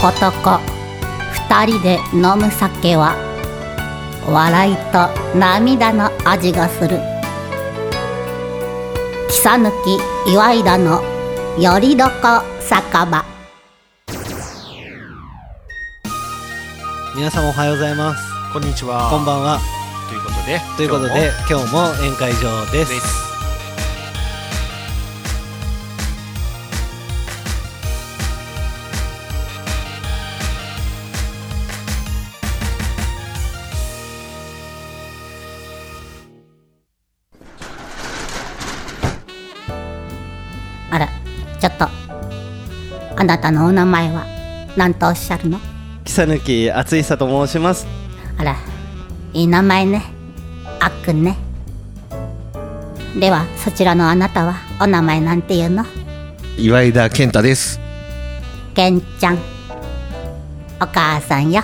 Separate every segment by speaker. Speaker 1: 男二人で飲む酒は笑いと涙の味がする木さぬき岩井田のよりどこ酒場
Speaker 2: 皆様おはようございます
Speaker 3: こんにちは。
Speaker 2: こんばんは
Speaker 3: ということで、
Speaker 2: ということで今日も宴会場で
Speaker 3: 今日も、
Speaker 2: す
Speaker 3: です
Speaker 1: あらちょっとあなたのお名前は何とおっしゃるの
Speaker 2: 木さぬき厚久と申します
Speaker 1: あらいい名前ねあっくんねではそちらのあなたはお名前なんていうの
Speaker 4: 岩井田健太です。
Speaker 1: けんちゃんお母さんよ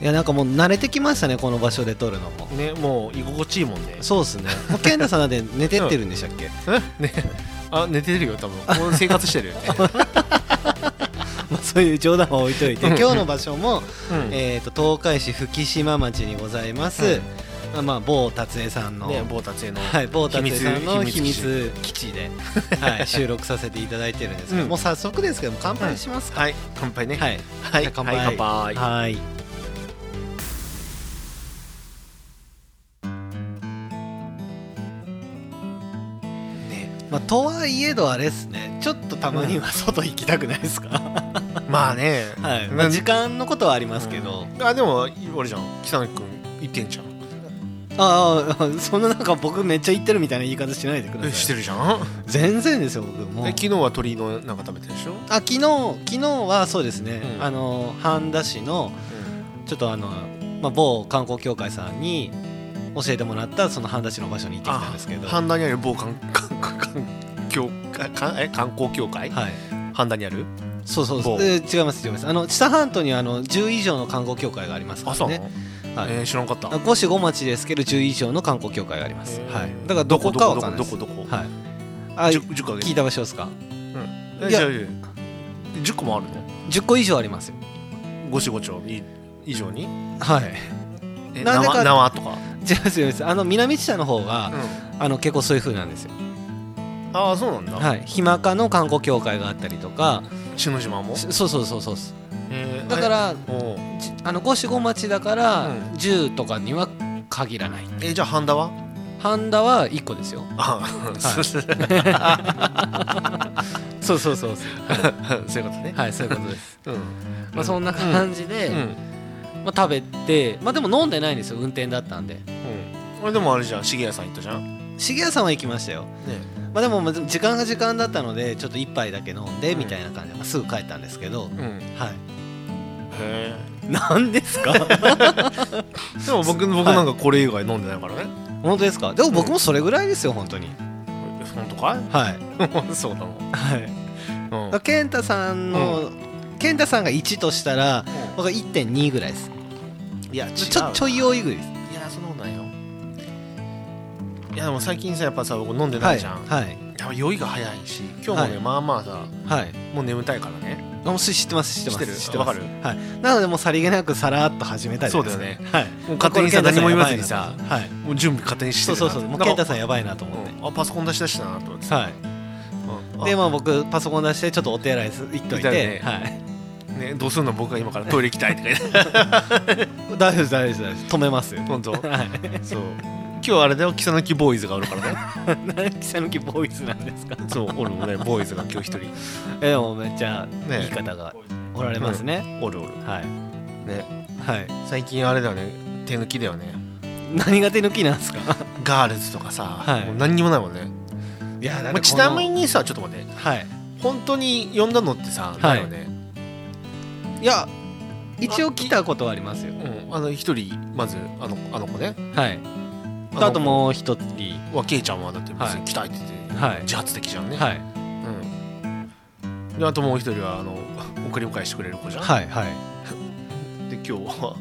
Speaker 2: いやなんかもう慣れてきましたねこの場所で撮るのも
Speaker 3: ね、もう居心地いいもんね。
Speaker 2: そうっすね もう健太さんなんて寝てってるんでしたっけ、
Speaker 3: えね、 あ、寝てるよ、多分。俺生活してるよね。
Speaker 2: まあ、そういう冗談は置いといて
Speaker 3: うん
Speaker 2: 今日の場所も、
Speaker 3: うん
Speaker 2: えー、と東海市吹島町にございます、あまあ、某達江さんの、
Speaker 3: ね、某達への。
Speaker 2: はい、某達江さんの秘
Speaker 3: 秘密基地
Speaker 2: 密基地で、 はい、収録させていただいてるんですけど、
Speaker 3: うん
Speaker 2: もう早速ですけども乾杯しますか、
Speaker 3: はい、乾杯ね。、
Speaker 2: はいい、はい乾杯
Speaker 3: はい乾杯
Speaker 2: はい
Speaker 3: ね、
Speaker 2: まあ、とはいえどあれですねちょっとたまには外行きたくない ですか、
Speaker 3: まあね、
Speaker 2: はい
Speaker 3: うん
Speaker 2: まあ、時間のことはありますけど、
Speaker 3: あ、でも、俺じゃん、北野君、行ってんじゃん。
Speaker 2: ああ そんななんか僕めっちゃ行ってるみたいな言い方しないでくださ
Speaker 3: え
Speaker 2: い
Speaker 3: してるじゃん。
Speaker 2: 全然ですよ僕もう
Speaker 3: え昨日は鶏のなんか食べてるでしょ。
Speaker 2: あ昨日昨日はそうですね、
Speaker 3: うん
Speaker 2: あの半田市のちょっとあの、まあ、某観光協会さんに教えてもらったその半田市の場所に行ってきたんですけど
Speaker 3: 半田にある某 観観観観教かかえ観光協会
Speaker 2: はい
Speaker 3: 半田にある
Speaker 2: そうそうそう
Speaker 3: 某
Speaker 2: え違います違いますあの知多半島にはあの10以上の観光協会がありますか
Speaker 3: あそ
Speaker 2: ら
Speaker 3: うな
Speaker 2: ね
Speaker 3: の
Speaker 2: はい
Speaker 3: えー知らんかった
Speaker 2: 五市五町ですけど10以上の観光協会があります、
Speaker 3: へー
Speaker 2: はい、だからどこかは分かんない
Speaker 3: ど
Speaker 2: です
Speaker 3: こどこどこ
Speaker 2: はいあ
Speaker 3: 10 10個あげ
Speaker 2: 聞いた場所ですか
Speaker 3: え
Speaker 2: いや
Speaker 3: じゃあ10個もあるの
Speaker 2: 10個以上ありますよ
Speaker 3: ごしごちょい以上に
Speaker 2: はい
Speaker 3: え
Speaker 2: なんでか
Speaker 3: 縄縄とか
Speaker 2: 違います違いますあの南知多の方が、あの結構そういう風なんですよ
Speaker 3: ああそうなんだ
Speaker 2: はい日間かの観光協会があったりとか
Speaker 3: 篠島も
Speaker 2: そそうそうそうそうです
Speaker 3: えー
Speaker 2: だから
Speaker 3: えおう
Speaker 2: じあの五四五町だから、
Speaker 3: うん
Speaker 2: 10とかには限らない
Speaker 3: えーじゃあ半田は
Speaker 2: 半田は1個ですよ
Speaker 3: あ
Speaker 2: は
Speaker 3: そうそういうこ
Speaker 2: そうそうそう
Speaker 3: とね
Speaker 2: はいそういうこと です、
Speaker 3: うん
Speaker 2: まあ、そんな感じで、
Speaker 3: うん
Speaker 2: まあ、食べてまあでも飲んでないんですよ運転だったんで
Speaker 3: 俺でもあれじゃん茂谷さん行ったじゃん
Speaker 2: 重谷さんは行きましたよ
Speaker 3: ね
Speaker 2: まあでもまあ時間が時間だったのでちょっと一杯だけ飲んで
Speaker 3: うん
Speaker 2: みたいな感じで、まあすぐ帰ったんですけど、
Speaker 3: うんへ
Speaker 2: はい
Speaker 3: え
Speaker 2: 何です か
Speaker 3: でも僕僕なんかこれ以外飲んでないからね
Speaker 2: 本当ですかでも僕もそれぐらいですよ本当に
Speaker 3: 本当か
Speaker 2: はい
Speaker 3: い そうなの
Speaker 2: はい
Speaker 3: う
Speaker 2: だか
Speaker 3: ん
Speaker 2: ら健太さんの、健太さんが1としたら僕は1.2ぐらいです
Speaker 3: いや違う
Speaker 2: ちょちょい多いぐらいです
Speaker 3: いやそんなことないよいやでも最近さやっぱさ僕飲んでないじゃん、
Speaker 2: はい
Speaker 3: やっぱ酔いが早いし今日もね、
Speaker 2: はい
Speaker 3: まあまあさ
Speaker 2: はい、はい
Speaker 3: もう眠たいからね
Speaker 2: あもう知知ってます知ってます
Speaker 3: 知ってる
Speaker 2: ます
Speaker 3: わかる
Speaker 2: はい、なのでもうさりげなくさらっと始めたりとか
Speaker 3: そうだよね
Speaker 2: はい
Speaker 3: もう勝手にさ
Speaker 2: これ
Speaker 3: 何も言わず
Speaker 2: 健
Speaker 3: に
Speaker 2: 太んや
Speaker 3: さ
Speaker 2: ばいなはい
Speaker 3: もう準備勝手にして
Speaker 2: そう
Speaker 3: る
Speaker 2: そう
Speaker 3: な
Speaker 2: そうもう
Speaker 3: なん
Speaker 2: 健
Speaker 3: か
Speaker 2: 太さんやばいなと思って、
Speaker 3: うんあパソコン出し出したなと思ってさ、
Speaker 2: はい
Speaker 3: うんあ
Speaker 2: でまあ僕パソコン出してちょっとお手洗いす行っとい
Speaker 3: 行ったよ
Speaker 2: て
Speaker 3: ね
Speaker 2: はい
Speaker 3: ね、どうするの僕が今からトイレ行きたいとか 言って
Speaker 2: 大丈夫です大丈夫です大丈夫です止め ますよ
Speaker 3: 本当
Speaker 2: はい
Speaker 3: そう今日あれだよ木更木ボーイズがおるからね
Speaker 2: 何草抜きボーイズなんですか
Speaker 3: そうおるもねボーイズが今日一人
Speaker 2: えでもめっちゃ
Speaker 3: ね
Speaker 2: 言い方がおられますね
Speaker 3: おるおる
Speaker 2: はい
Speaker 3: ね
Speaker 2: はい
Speaker 3: 最近あれだよね手抜きだよね
Speaker 2: 何が手抜きなんですか
Speaker 3: ガールズとかさ、
Speaker 2: はい
Speaker 3: もう何に もないもんね
Speaker 2: いや
Speaker 3: まあ、ちなみにさちょっと待って
Speaker 2: はい
Speaker 3: 本当に呼んだのってさ、
Speaker 2: い
Speaker 3: だよね、
Speaker 2: いや一応来たことはありますよ
Speaker 3: うん、あの一人まずあのあの子ね
Speaker 2: はい
Speaker 3: あの
Speaker 2: あともう一人
Speaker 3: うけいちゃんはだって別
Speaker 2: はい
Speaker 3: に来たいって言って、
Speaker 2: はい
Speaker 3: 自発的じゃんね、
Speaker 2: はい
Speaker 3: うん、であともう一人はあの 送り迎えしてくれる子じゃん、
Speaker 2: はいはい
Speaker 3: で今日は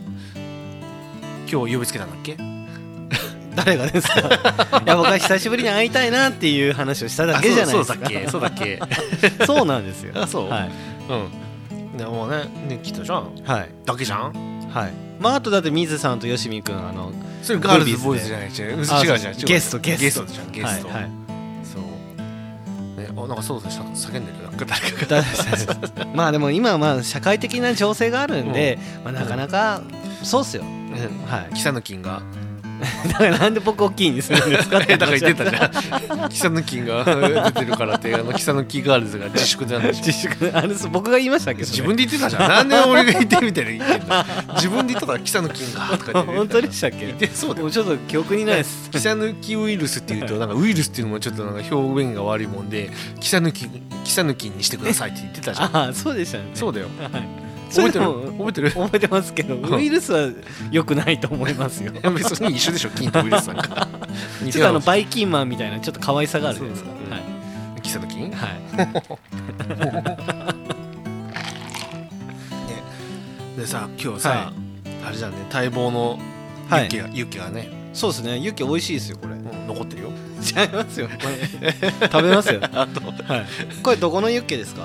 Speaker 3: 今日呼びつけたんだっけ
Speaker 2: 誰がです かいや僕は久しぶりに会いたいなっていう話をしただけじゃないですか
Speaker 3: あそうそうだっ けそうだっ
Speaker 2: そうなんですよ
Speaker 3: けあそう、
Speaker 2: はい
Speaker 3: うんでもうねね来たじゃん
Speaker 2: はい
Speaker 3: だけじゃん
Speaker 2: はいまああとだって水さんとよしみくんあの
Speaker 3: それ
Speaker 2: ガー
Speaker 3: ガー
Speaker 2: ル
Speaker 3: ル
Speaker 2: ズ
Speaker 3: ズ
Speaker 2: ボ
Speaker 3: ボ
Speaker 2: ーイ
Speaker 3: ーイ
Speaker 2: ズ
Speaker 3: ズ
Speaker 2: じ
Speaker 3: じ
Speaker 2: ゃ
Speaker 3: ゃ
Speaker 2: な
Speaker 3: ないい
Speaker 2: 違
Speaker 3: 違
Speaker 2: う
Speaker 3: う
Speaker 2: 違う
Speaker 3: 違う
Speaker 2: 違う違う
Speaker 3: ゲストゲスト
Speaker 2: ゲスト
Speaker 3: じゃんゲスト、
Speaker 2: はいはい
Speaker 3: そうねあなんかそうそう叫んでるなんか誰か
Speaker 2: 大丈夫です大丈夫です まあでも今はまあ社会的な情勢があるんで、まあ、なかなかそうっすよ
Speaker 3: が
Speaker 2: はい
Speaker 3: キサヌキンが
Speaker 2: だからなんで僕大きいんでするん ですかって
Speaker 3: えだから
Speaker 2: 話
Speaker 3: 言ってたじゃん キサヌキンが出てるからってあのキサヌキガールズが自粛なんでしょ
Speaker 2: 自粛あれです僕が言いましたけど、ね、
Speaker 3: 自分で言ってたじゃんなんで俺が言ってみたいな言ってんだよ自分で言ってたらキサヌキンがとか言っ て
Speaker 2: 本当でしたっけ
Speaker 3: 言ってそうだ
Speaker 2: も
Speaker 3: よ
Speaker 2: うちょっと記憶にないです
Speaker 3: キサヌキウイルスっていうとなんかウイルスっていうのもちょっとなんか表現が悪いもんでキサヌキキサヌキンにしてくださいって言ってたじゃん
Speaker 2: ああそうでしたね
Speaker 3: そう
Speaker 2: で
Speaker 3: だよ
Speaker 2: それ
Speaker 3: 覚えて
Speaker 2: で
Speaker 3: る
Speaker 2: も
Speaker 3: 覚えてる
Speaker 2: 覚えてますけど
Speaker 3: ん
Speaker 2: ウイルスは良くないと思います よ
Speaker 3: 別に一緒でしょ金とウイルスなんか
Speaker 2: ちょっとあのバイキンマンみたいなちょっと可愛さがあるじゃないですか
Speaker 3: そうそう
Speaker 2: はい
Speaker 3: キサヌキン
Speaker 2: はい
Speaker 3: でさ今日さ、
Speaker 2: は
Speaker 3: あれじゃんね待望の
Speaker 2: はい
Speaker 3: ユッケが、ユッケがね、
Speaker 2: そうですねユッケ美味しいですよ これ
Speaker 3: もう残ってるよ
Speaker 2: 違いますよこれ食べ ますよ
Speaker 3: あと
Speaker 2: はいこれどこのユッケですか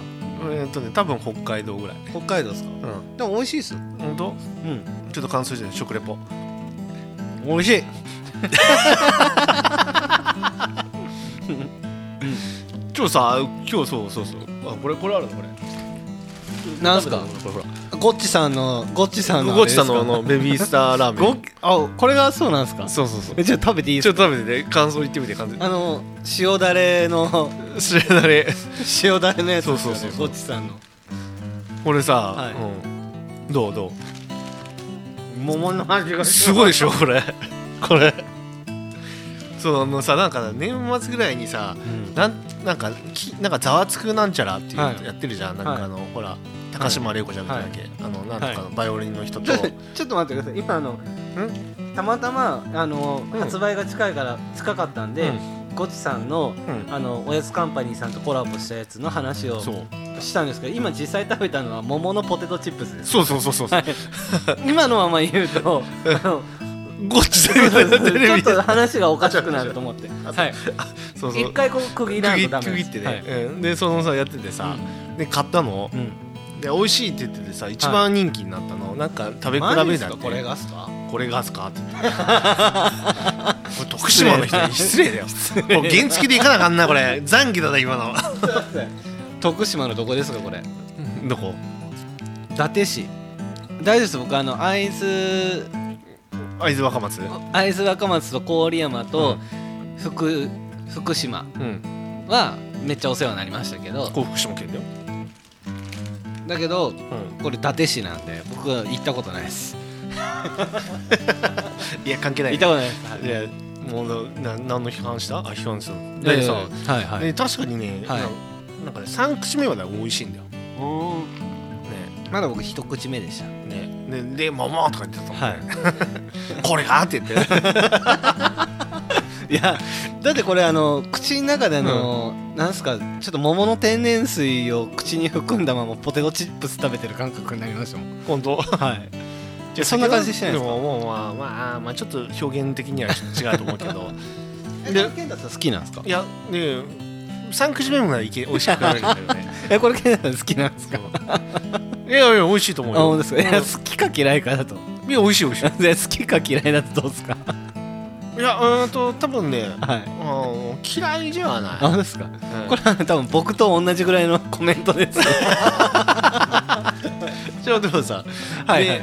Speaker 3: えっとね多分北海道ぐらい
Speaker 2: 北海道ですか
Speaker 3: うん
Speaker 2: でも美味しいですよ
Speaker 3: 本当
Speaker 2: うん
Speaker 3: ちょっと感想して食レポ
Speaker 2: 美 味しい
Speaker 3: 今日さ今日そうそうそうあこれこれあるのこれ
Speaker 2: なんすか
Speaker 3: これほら
Speaker 2: ゴッチさんのゴッチさんのあれ
Speaker 3: ゴ
Speaker 2: で
Speaker 3: チ
Speaker 2: すか
Speaker 3: さんのあのベビースターラーメ
Speaker 2: ご
Speaker 3: ン
Speaker 2: あこれがそうなんですか
Speaker 3: そうそうそう
Speaker 2: えちょっと食べていいで
Speaker 3: ちょ
Speaker 2: す
Speaker 3: っ
Speaker 2: か
Speaker 3: と食べてね感想言ってみて感想
Speaker 2: あの塩だれの
Speaker 3: それだれ
Speaker 2: 塩だれのやつです
Speaker 3: そ
Speaker 2: よ
Speaker 3: うそ
Speaker 2: ね
Speaker 3: うそうそ
Speaker 2: ゴ
Speaker 3: う
Speaker 2: ッチさんの
Speaker 3: これさ、
Speaker 2: はい
Speaker 3: うん、どうどう
Speaker 2: 桃の味が
Speaker 3: すごいでしょこれこれそうあのさなんか年末ぐらいにさ
Speaker 2: うん
Speaker 3: なんなんかきなんかざわつくなんちゃらっていう、
Speaker 2: はい
Speaker 3: やってるじゃんなんかあの、ほら高島玲子ちゃんだっけ、あのなんとかのバイオリンの人と、
Speaker 2: ち ょっとちょっと待ってください今あのたまたまあの、
Speaker 3: うん
Speaker 2: 発売が近いから近かったんで、ゴチさんの
Speaker 3: うん
Speaker 2: あのおやつカンパニーさんとコラボしたやつの話を
Speaker 3: そう
Speaker 2: したんですけど今実際食べたのは桃のポテトチップスです
Speaker 3: そうそうそうそうそう
Speaker 2: はい今のまま言うとあの
Speaker 3: ゴッチ
Speaker 2: ち
Speaker 3: だよテレ
Speaker 2: ょっ
Speaker 3: ビで
Speaker 2: と話がおかしくなると思って、はい、
Speaker 3: そうそう
Speaker 2: 一回こう区切らんと
Speaker 3: 区切
Speaker 2: ダメ
Speaker 3: 区
Speaker 2: で
Speaker 3: 切
Speaker 2: す
Speaker 3: ってね、
Speaker 2: はい
Speaker 3: うん、でそのさやっててさ、で買ったの
Speaker 2: うん、
Speaker 3: で美味しいって言っててさ一番人気になったの、なんか食べ比べ
Speaker 2: マジっ
Speaker 3: だ
Speaker 2: す
Speaker 3: っ
Speaker 2: か
Speaker 3: て
Speaker 2: これがっす か
Speaker 3: これがっ すかって言ってこれ徳島の人に失礼だよもう原付で行かなあかんなこれ残機だな今の
Speaker 2: 徳島のどこですかこれ
Speaker 3: どこ
Speaker 2: 伊達市大丈夫です僕あの会津
Speaker 3: 会津若松う
Speaker 2: 会津若松と郡山
Speaker 3: う
Speaker 2: と福,、福島
Speaker 3: ん
Speaker 2: はめっちゃお世話になりましたけど
Speaker 3: 幸福島県だよ
Speaker 2: だけど
Speaker 3: う
Speaker 2: これ伊達市なんで僕は行ったことないです
Speaker 3: んいや関係な
Speaker 2: 行
Speaker 3: い
Speaker 2: ったことないですはい
Speaker 3: いやもうな何の批判したあ批判した
Speaker 2: で
Speaker 3: でさ、
Speaker 2: はいはい
Speaker 3: で確かにね、
Speaker 2: はい
Speaker 3: なんかね3口目はね美味しいんだよね
Speaker 2: まだ僕一口目でした
Speaker 3: ねでで「もも」とか言ってたもんね、
Speaker 2: はい
Speaker 3: これ がって言って
Speaker 2: いやだってこれあの口の中であの、なんすかちょっと桃の天然水を口に含んだままポテトチップス食べてる感覚になりましたもん
Speaker 3: 本当
Speaker 2: はいじゃそんな感じでしてないですか
Speaker 3: ももうまあまあまあちょっと表現的にはちょっと違うと思うけ ど
Speaker 2: え
Speaker 3: で
Speaker 2: これ健太さん好きなんですか
Speaker 3: いやね3口目もないけ美味しくないんだよ ね
Speaker 2: えこれ健太さん好きなんですか
Speaker 3: いやいや美味しいと思
Speaker 2: あ
Speaker 3: う
Speaker 2: 本当
Speaker 3: よ
Speaker 2: ですかいや好きか嫌いかだと
Speaker 3: いや美味しい美味しい
Speaker 2: い や好きか嫌いだとどうですか
Speaker 3: いやうーんと多分ね
Speaker 2: はい
Speaker 3: あー嫌いではな
Speaker 2: あ
Speaker 3: い
Speaker 2: 本当ですか
Speaker 3: うん
Speaker 2: これは多分僕と同じぐらいのコメントです
Speaker 3: じゃあでもさ
Speaker 2: はいはい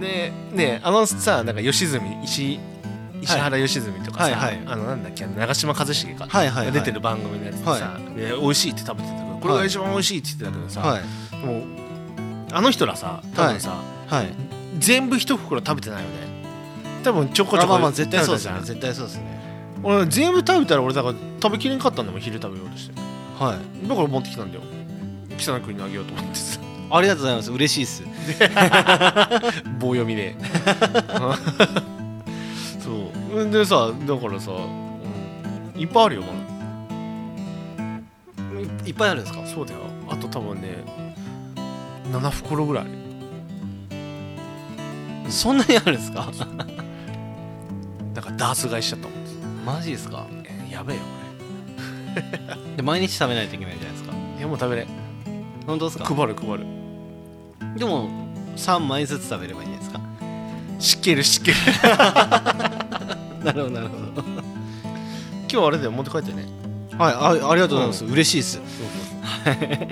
Speaker 3: ででねあのさなんか良純石石原良純とかさ、
Speaker 2: はいはい
Speaker 3: あのなんだっけ長嶋一茂か、
Speaker 2: はいはいはい
Speaker 3: 出てる番組のやつでさ、
Speaker 2: は
Speaker 3: で美味しいって食べてたけどこれが一番美味しいって言ってたけどさ、
Speaker 2: はい
Speaker 3: もうあの人らさ多分さ、
Speaker 2: はい
Speaker 3: 全部一袋食べてないよね多分ちょこちょこ
Speaker 2: まあまあ絶対そうです
Speaker 3: 食べ
Speaker 2: ね
Speaker 3: たじ
Speaker 2: 絶対そうですね
Speaker 3: ゃん俺全部食べたら俺だから食べきれんかったんだもん昼食べようとして
Speaker 2: はい
Speaker 3: だから持ってきたんだよ北野君にあげようと思ってさ
Speaker 2: ありがとうございます嬉しいっす
Speaker 3: 棒読みで そうでさだからさ、うんいっぱいあるよま
Speaker 2: いっぱいあるんですか
Speaker 3: だそうだよあと多分ね7袋ぐらいある
Speaker 2: そんなにあるんですか
Speaker 3: なんかダーツ買いしちゃったもんです
Speaker 2: マジですか
Speaker 3: えやべえよこ
Speaker 2: で毎日食べないといけないじゃないですか
Speaker 3: れいやもう食べれん
Speaker 2: 本当ですか
Speaker 3: 配る配る
Speaker 2: でも3枚ずつ食べればいいんじゃないですか
Speaker 3: しっけるしっける
Speaker 2: なるほどなるほど
Speaker 3: 今日あれだよ持って帰ってね
Speaker 2: はいあありがとうございます、
Speaker 3: う
Speaker 2: 嬉しいです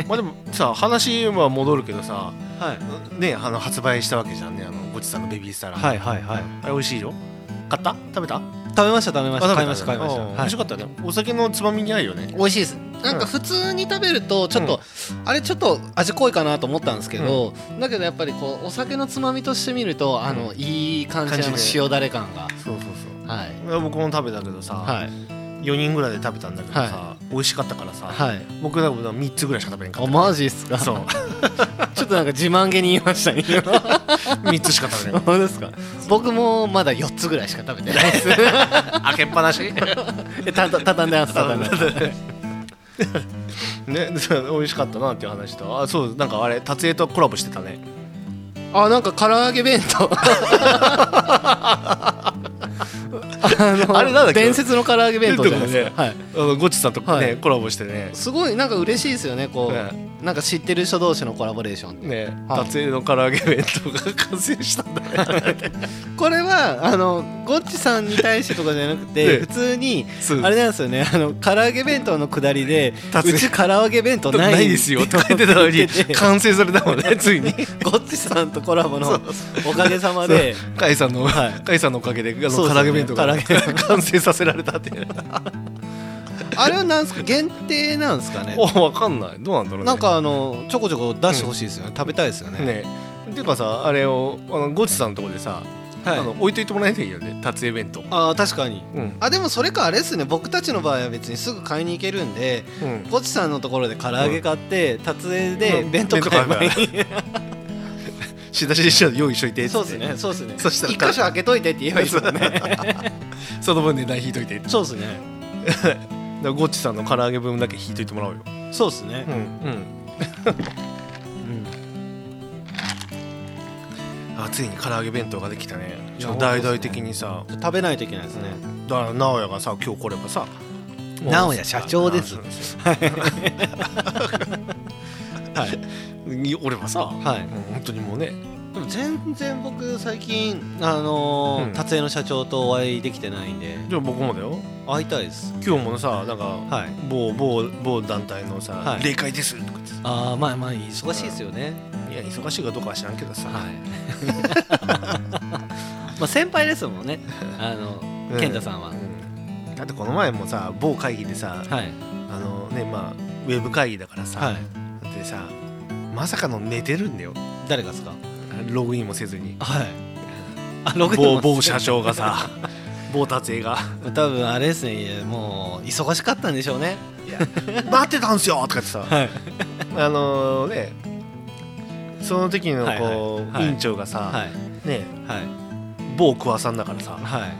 Speaker 3: まあでもさ話は戻るけどさ
Speaker 2: はい
Speaker 3: ねあの発売したわけじゃんねあのごちさんのベビースターラーメン
Speaker 2: はいはいはい
Speaker 3: あれ美味しいよ買った食べた
Speaker 2: 食べました食べました買いました買いまし
Speaker 3: あ
Speaker 2: た、
Speaker 3: ー美味しかったねお酒のつまみに合うよね
Speaker 2: 美味しいですなんか普通に食べるとちょっと、あれちょっと味濃いかなと思ったんですけど、だけどやっぱりこうお酒のつまみとして見るとあの、いい感じの
Speaker 3: 感じで
Speaker 2: 塩だれ感が
Speaker 3: そうそう
Speaker 2: はい
Speaker 3: そう僕も食べたけどさ
Speaker 2: はい
Speaker 3: 4人ぐらいで食べたんだけどさ美味しかったからさ
Speaker 2: はい
Speaker 3: 僕なんか3つぐらいしか食べれんか
Speaker 2: あ
Speaker 3: った
Speaker 2: マジっすか
Speaker 3: そう
Speaker 2: ちょっとなんか自慢げに言いましたね
Speaker 3: 3つしか食べれん
Speaker 2: 本当ですか僕もまだ4つぐらいしか食べてないです
Speaker 3: 開けっぱなし ね
Speaker 2: えたた畳んでます畳んでます
Speaker 3: そう美味しかったなっていう話とあそうなんかあれ達江とコラボしてたね
Speaker 2: あなんか唐揚げ弁 当あの
Speaker 3: あれなんだっけ
Speaker 2: 伝説の唐揚げ弁当じゃないですか、はい、
Speaker 3: あのごちさんと
Speaker 2: は
Speaker 3: ね
Speaker 2: い
Speaker 3: コラボしてね
Speaker 2: すごいなんか嬉しいですよねこう、
Speaker 3: ね
Speaker 2: なんか知ってる人同士のコラボレーションって、
Speaker 3: ね
Speaker 2: はい
Speaker 3: 達江の唐揚げ弁当が完成したんだね
Speaker 2: これはあのゴッチさんに対してとかじゃなく
Speaker 3: ね
Speaker 2: て普通に
Speaker 3: そう
Speaker 2: あれなんですよねあの唐揚げ弁当のくだりでう
Speaker 3: 達也
Speaker 2: ち唐揚げ弁当ない
Speaker 3: ないですよとか言ってた のに完成されたもんねついに
Speaker 2: ゴッチさんとコラボのおかげさまで
Speaker 3: 甲斐さんの
Speaker 2: はい
Speaker 3: 甲斐さんのおかげであの
Speaker 2: そう
Speaker 3: 唐
Speaker 2: ですね
Speaker 3: 揚げ弁当が
Speaker 2: 唐揚
Speaker 3: 完成させられたって
Speaker 2: あれはなんですか限定なんですかね
Speaker 3: おわかんないどうなんだろうね
Speaker 2: なんかあのちょこちょこ出してほしいですよね、食べたいですよね
Speaker 3: ねっていうかさあれをあのゴチさんのとこでさ
Speaker 2: はい
Speaker 3: あの置いといてもらえないといいよね達江弁当
Speaker 2: あー確かに
Speaker 3: うん
Speaker 2: あでもそれかあれですね僕たちの場合は別にすぐ買いに行けるんで
Speaker 3: うん
Speaker 2: ポチさんのところで唐揚げ買って、達成で
Speaker 3: うん
Speaker 2: 弁当買えばいい
Speaker 3: 弁、仕出しでしょ用意しといてっつ
Speaker 2: そう
Speaker 3: っ
Speaker 2: で
Speaker 3: て
Speaker 2: すねそうですね
Speaker 3: そしたら
Speaker 2: 一箇所開けといてって言えばいいですもんね
Speaker 3: その分値段引いといてだか
Speaker 2: そうですね
Speaker 3: らゴチさんの唐揚げ分だけ引いといてもらおうよ
Speaker 2: そうですね
Speaker 3: う、んうんあついに唐揚げ弁当ができたね
Speaker 2: いや
Speaker 3: ちょっと大々的にさ
Speaker 2: うん食べないといけないですね、
Speaker 3: だから直哉がさ今日来ればさ
Speaker 2: 直哉社長です
Speaker 3: そうそう
Speaker 2: はい、
Speaker 3: に俺はさ、
Speaker 2: は
Speaker 3: う
Speaker 2: い
Speaker 3: ん、本当にもうね
Speaker 2: でも全然僕最近あのー
Speaker 3: うん
Speaker 2: 達成の社長とお会いできてないんで
Speaker 3: じゃあ僕もだよ
Speaker 2: 会いたいです
Speaker 3: 今日もさなんか、
Speaker 2: はい
Speaker 3: 某某某団体のさ、
Speaker 2: はい
Speaker 3: 霊界ですとか言ってさ
Speaker 2: ああまあまあ忙しいですよね、
Speaker 3: いや忙しいかどうかは知らんけどさ、
Speaker 2: はい まあ先輩ですもんねあの
Speaker 3: う
Speaker 2: 健太さんは、
Speaker 3: うんだってこの前もさ某会議でさ、
Speaker 2: はい
Speaker 3: あのねまあウェブ会議だからさ、
Speaker 2: はい
Speaker 3: だってさまさかの寝てるんだよ
Speaker 2: 誰がですか
Speaker 3: ログインもせずに
Speaker 2: はいあログイン
Speaker 3: 某
Speaker 2: もして
Speaker 3: 某社長がさ某達英が
Speaker 2: 多分あれですねいやもう忙しかったんでしょうね
Speaker 3: 「待ってたんすよ!」とか言ってさ
Speaker 2: はい
Speaker 3: あのねその時のこう、
Speaker 2: はいはいはい
Speaker 3: 委員長がさ、
Speaker 2: はい
Speaker 3: ね
Speaker 2: はい
Speaker 3: 某桑さんだからさ、
Speaker 2: はい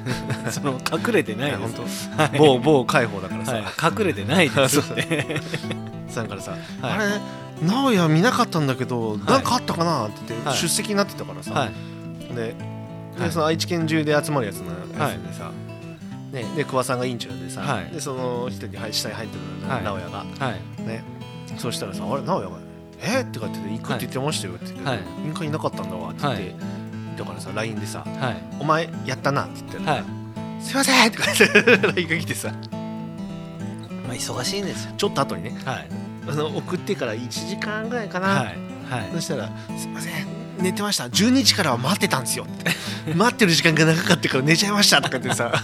Speaker 2: その隠れてない
Speaker 3: いや
Speaker 2: で
Speaker 3: 本
Speaker 2: す
Speaker 3: 当
Speaker 2: はい
Speaker 3: 某某解放だからさ、
Speaker 2: はい隠れてないですって
Speaker 3: さんからさ、
Speaker 2: はい
Speaker 3: あれ直哉見なかったんだけど、なんかあったかなって言って、
Speaker 2: はい
Speaker 3: 出席になってたからさ、
Speaker 2: はい
Speaker 3: でで
Speaker 2: はい
Speaker 3: その愛知県中で集まるやつの
Speaker 2: は
Speaker 3: や
Speaker 2: い
Speaker 3: つでさ、ね、で桑さんが委員長でさ、
Speaker 2: はい
Speaker 3: でその人にはい下に入ってたの
Speaker 2: はい
Speaker 3: 直哉が、
Speaker 2: はい
Speaker 3: ねそうしたらさ「あれ直哉がえっ?」ってかって行くって言ってましたよって言って、
Speaker 2: はい
Speaker 3: 委員会いなかったんだわって言って、だからさ LINE でさ
Speaker 2: はい
Speaker 3: 「お前やったな」って言って、
Speaker 2: はい
Speaker 3: すいません!」とか言って LINE が来てさ
Speaker 2: まあ忙しいんですよ
Speaker 3: ちょっと後にね
Speaker 2: はい
Speaker 3: あの送ってから1時間ぐらいかな、
Speaker 2: はいはい
Speaker 3: そしたら「すいません寝てました12時からは待ってたんですよ」って「 待ってる時間が長かったから寝ちゃいました」とか言ってさ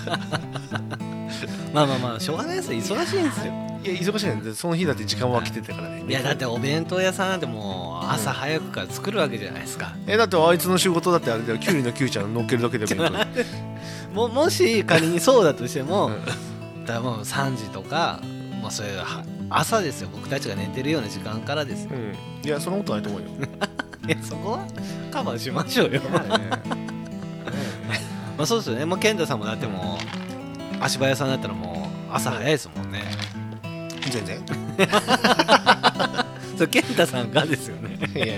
Speaker 2: まあまあまあしょうがないですよ忙しいんですよ
Speaker 3: いや忙しいんでその日だって時間は来てたからね
Speaker 2: いやだってお弁当屋さんなんてもう朝早くから作るわけじゃないですか、
Speaker 3: えだってあいつの仕事だってあれだよキュウリのキュウちゃん乗っけるだけで
Speaker 2: も
Speaker 3: も
Speaker 2: もし仮にそうだとしても、
Speaker 3: うん
Speaker 2: だからもう3時とかもうそういうは朝ですよ僕たちが寝てるような時間からですよ
Speaker 3: うんいやそんなことないと思うよ
Speaker 2: いやそこはカバーしましょうよまあそうですよねもう健太さんもだってもう足早さんだったらもう朝早いですもんね
Speaker 3: 全然
Speaker 2: それ健太さんがですよね
Speaker 3: いやいや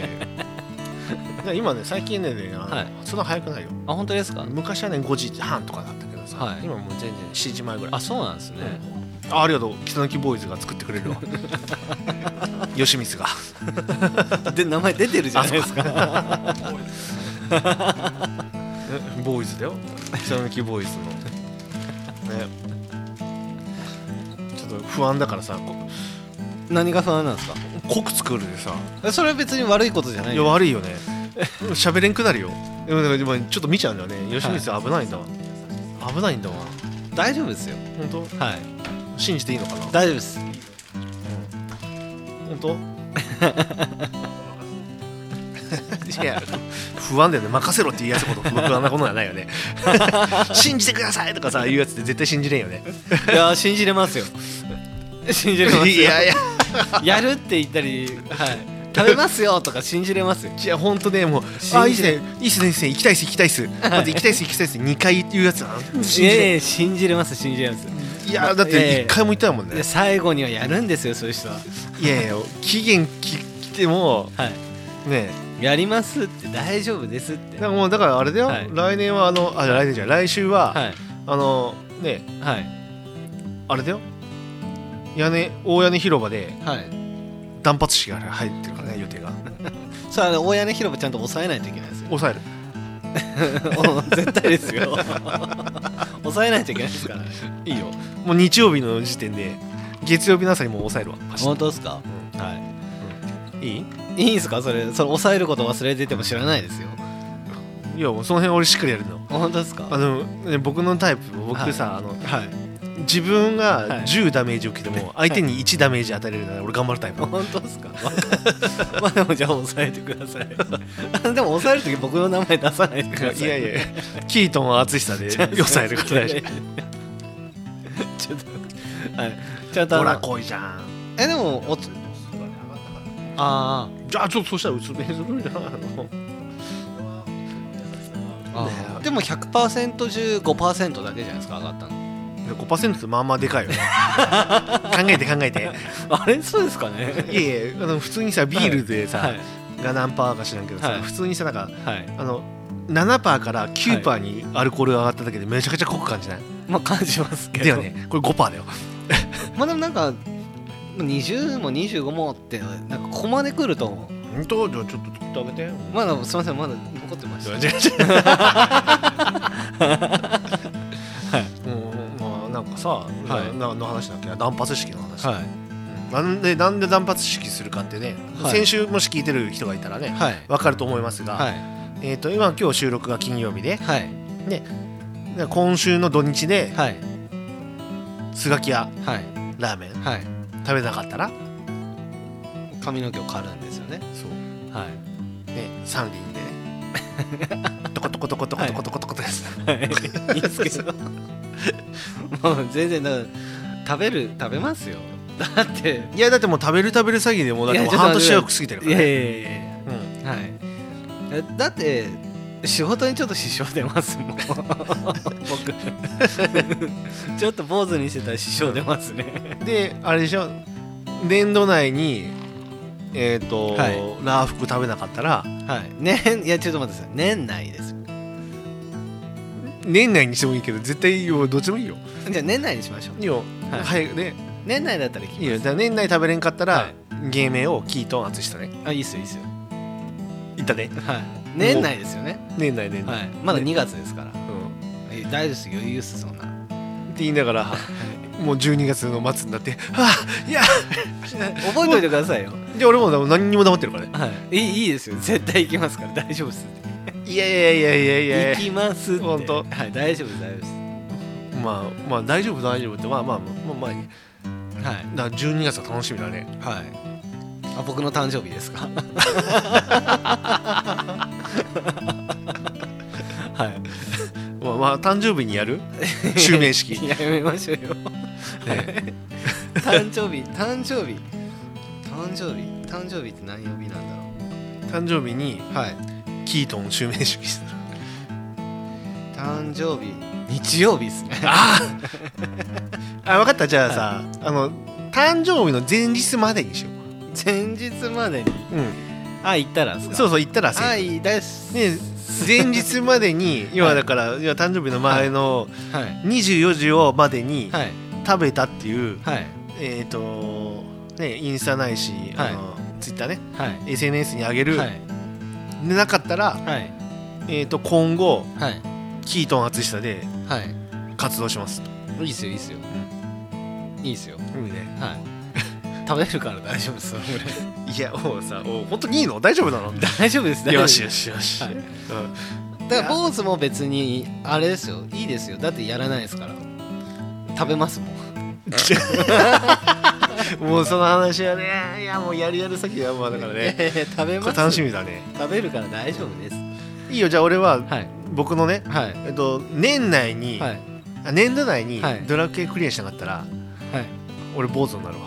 Speaker 3: や今ね最近ねねあの
Speaker 2: はい
Speaker 3: そんな早くないよ
Speaker 2: あ本当ですか
Speaker 3: 昔はね5時半とかだったけどさ、
Speaker 2: はい
Speaker 3: 今もう全然7時前ぐらい
Speaker 2: あそうなんですね、
Speaker 3: あありがとう北抜きボーイズが作ってくれるわ吉光 が
Speaker 2: で名前出てるじゃないですか
Speaker 3: えボーイズだよ北抜きボーイズのねちょっと不安だからさこ
Speaker 2: 何が不安なんですか
Speaker 3: 濃く作るでさ
Speaker 2: えそれは別に悪いことじゃないい
Speaker 3: や悪いよね喋れんくなるよでもでもでもちょっと見ちゃうんだよね吉光危ないんだわ、危ないんだわ
Speaker 2: 大丈夫ですよ
Speaker 3: 本当
Speaker 2: はい
Speaker 3: 信じていいのかな
Speaker 2: 大丈夫です
Speaker 3: 本 当いや不安だよね任せろっていうやつほど不安なことはない よね信じてくださいとかさ言うやつって絶対信じれんよね
Speaker 2: いや信じれますよ 信じれますよ
Speaker 3: いやいや
Speaker 2: やるって言ったり、はい、食べますよとか信じれますよ
Speaker 3: いや本当ねもう
Speaker 2: 信
Speaker 3: あいいっ
Speaker 2: じ
Speaker 3: す
Speaker 2: れ
Speaker 3: ねいいっすねいいっすね行きたいっす行きたいっす まず行きたいっす行きたいっす2回言うやつなの信じ
Speaker 2: いやい
Speaker 3: れん
Speaker 2: や信じれます信じれます
Speaker 3: いやだって1回も言ったもん
Speaker 2: で
Speaker 3: ね
Speaker 2: 最後にはやるんですよそういう人はい
Speaker 3: やいや期限き来ても
Speaker 2: は
Speaker 3: ね
Speaker 2: いやりますって大丈夫ですって
Speaker 3: だか
Speaker 2: は
Speaker 3: らもうだからあれだよ、
Speaker 2: はい
Speaker 3: 来年はあのあ来年じゃない来週は、
Speaker 2: い
Speaker 3: あのね
Speaker 2: はい
Speaker 3: あれだよ屋根大屋根広場で
Speaker 2: はい
Speaker 3: 断髪式が入ってるからね予定が
Speaker 2: それはね大屋根広場ちゃんと抑えないといけないですよ
Speaker 3: 抑える
Speaker 2: 絶対ですよ抑えないといけないですからね
Speaker 3: いいよもう日曜日の時点で月曜日の朝にもう抑えるわパシッ
Speaker 2: 本当ですかはい
Speaker 3: い
Speaker 2: いいんすかそれそれ抑えること忘れてても知らないですよ
Speaker 3: いいやもうその辺俺しっかりやるの
Speaker 2: 本当ですか
Speaker 3: あ
Speaker 2: は
Speaker 3: の、ね、僕のタイプ僕さ、あの
Speaker 2: い
Speaker 3: 自分
Speaker 2: はい
Speaker 3: が10ダメージ受けても相手に1ダメージ与えれるなら俺頑張るタイプ
Speaker 2: 本当ですか まあでもじゃあ抑えてください でも抑えるとき僕の名前出さないでください
Speaker 3: いやいや キートンは厚さで抑えること大事
Speaker 2: ちょっとはいちゃんとあ
Speaker 3: ほ
Speaker 2: の
Speaker 3: ら来いじゃん
Speaker 2: えでもおつあ
Speaker 3: じゃあちょっとそしたら薄めするじゃんあの
Speaker 2: ーあーでも 100%15% だけじゃないですか上がったの
Speaker 3: 5%ってまあまあでかいよね考えて考え て
Speaker 2: あれそうですかね
Speaker 3: いやいやあの普通にさビールでさ、
Speaker 2: はい
Speaker 3: が何パーか知らんけどさ、
Speaker 2: はい
Speaker 3: 普通にさなんか
Speaker 2: はい
Speaker 3: あの7パーから9パーにアルコールが上がっただけでめちゃくちゃ濃く感じない、
Speaker 2: まあ感じますけど
Speaker 3: だよねこれ5パーだよ
Speaker 2: まあでもなんか20も25もってなんかここまで来ると思う
Speaker 3: 本当じゃあちょっと取ってあげて
Speaker 2: まだすみませんまだ残ってまし
Speaker 3: じゃ
Speaker 2: た
Speaker 3: あじゃあじゃあ うんまあなんかさ、
Speaker 2: い
Speaker 3: なの話だっけ断髪式の話、
Speaker 2: はい
Speaker 3: うんなんでなんで断髪式するかってね、
Speaker 2: はい
Speaker 3: 先週もし聞いてる人がいたらね、
Speaker 2: はい
Speaker 3: わかると思いますが、
Speaker 2: はい
Speaker 3: えー、と今今日収録が金曜日で
Speaker 2: はい
Speaker 3: で今週の土日で
Speaker 2: はい
Speaker 3: スガキ屋
Speaker 2: はい
Speaker 3: ラーメン
Speaker 2: はい
Speaker 3: 食べなかったら
Speaker 2: 髪の毛を刈るんですよね
Speaker 3: そう
Speaker 2: はい
Speaker 3: ね三輪でねトコトコトコトコトコトコトコです、
Speaker 2: はいいいですけどもう全然だから食べる食べますよだって
Speaker 3: い、やだってもう食べる食べる詐欺でもうだってもう
Speaker 2: いやちょっ
Speaker 3: 半
Speaker 2: と
Speaker 3: 年は過ぎてるか
Speaker 2: い
Speaker 3: ら
Speaker 2: やい
Speaker 3: ね
Speaker 2: やいやい
Speaker 3: うん
Speaker 2: やはいえだって仕事にちょっと支障出ます もん僕ちょっと坊主にしてたら支障出ますね
Speaker 3: であれでしょ年度内にえっ、と、
Speaker 2: はい
Speaker 3: ラー服食べなかったら
Speaker 2: はい年いやちょっと待ってください年内です
Speaker 3: 年内にしてもいいけど絶対よどっちでもいいよ
Speaker 2: じゃあ年内にしましょう
Speaker 3: いいよ、
Speaker 2: はい
Speaker 3: 早くね
Speaker 2: 年内だったらい
Speaker 3: いい
Speaker 2: き
Speaker 3: よ
Speaker 2: ま
Speaker 3: だ
Speaker 2: す
Speaker 3: から年内食べれんかったら、
Speaker 2: はい
Speaker 3: 芸名をキートン淳したね
Speaker 2: あいいっすよいいっすよ
Speaker 3: 言ったね
Speaker 2: はい年内ですよね
Speaker 3: 年内年内、
Speaker 2: はいまだ2月ですから
Speaker 3: うん
Speaker 2: え大丈夫です余裕っすそんな
Speaker 3: って言いながらもう12月の末になって「あいや
Speaker 2: 覚えといてくださいよ。
Speaker 3: で俺も何にも黙ってるからね
Speaker 2: はい。いいいいですよ。絶対行きますから大丈夫っすって。
Speaker 3: いやいやいやいやいや
Speaker 2: 行きますって。
Speaker 3: ほんと
Speaker 2: はい大丈夫です大丈夫で
Speaker 3: まあまあ大丈夫大丈夫ってまあまあまあまあ、まあ、
Speaker 2: す。はい
Speaker 3: だから12月は楽しみだね
Speaker 2: はい。あ僕の誕生日 ですか。 は
Speaker 3: まあまあ誕生日にや る襲名式
Speaker 2: い。やめましょうよ。
Speaker 3: ね
Speaker 2: 誕生日誕生日誕生日誕生日って何曜日なんだろ
Speaker 3: 誕生日に
Speaker 2: う。はい。
Speaker 3: キートン襲名式する
Speaker 2: 誕生日日曜日ですね。
Speaker 3: あ分かったじゃあさ、あの誕生日の前日までにしよ
Speaker 2: 前日までに
Speaker 3: ううん
Speaker 2: あ行ったらですか
Speaker 3: そうそう行ったらせ
Speaker 2: はいです
Speaker 3: ね前日までに要はだから、要は誕生日の前の
Speaker 2: はい
Speaker 3: 24時をまでに
Speaker 2: はい
Speaker 3: 食べたっていう、
Speaker 2: はい
Speaker 3: えっ、とねインスタないし、あのツイッターね
Speaker 2: はい
Speaker 3: SNS に上げる、
Speaker 2: はい
Speaker 3: でなかったら、
Speaker 2: はい
Speaker 3: えー、と今後
Speaker 2: はい
Speaker 3: キートン淳久で
Speaker 2: はい
Speaker 3: 活動します
Speaker 2: いいっすよいいっすよいいっすよ
Speaker 3: いいね
Speaker 2: はい食べれるから大丈夫ですそのぐらい
Speaker 3: いやおうさおう本当にいいの大丈夫なの
Speaker 2: 大丈夫です大丈夫
Speaker 3: よ
Speaker 2: で
Speaker 3: し
Speaker 2: す
Speaker 3: よしよし、
Speaker 2: はい
Speaker 3: うん
Speaker 2: だから坊主も別にあれですよいいですよだってやらないですから食べますもん
Speaker 3: もうその話はねいやもうやるやる先はまあだからね
Speaker 2: 食べ
Speaker 3: こ
Speaker 2: ま
Speaker 3: れ
Speaker 2: す
Speaker 3: 楽しみだね
Speaker 2: 食べるから大丈夫です
Speaker 3: いいよじゃあ俺は、
Speaker 2: はい
Speaker 3: 僕のね
Speaker 2: はい
Speaker 3: えっと年内に、
Speaker 2: はい
Speaker 3: あ年度内に
Speaker 2: はい
Speaker 3: ドラクエクリアしなかったら、俺坊主になるわ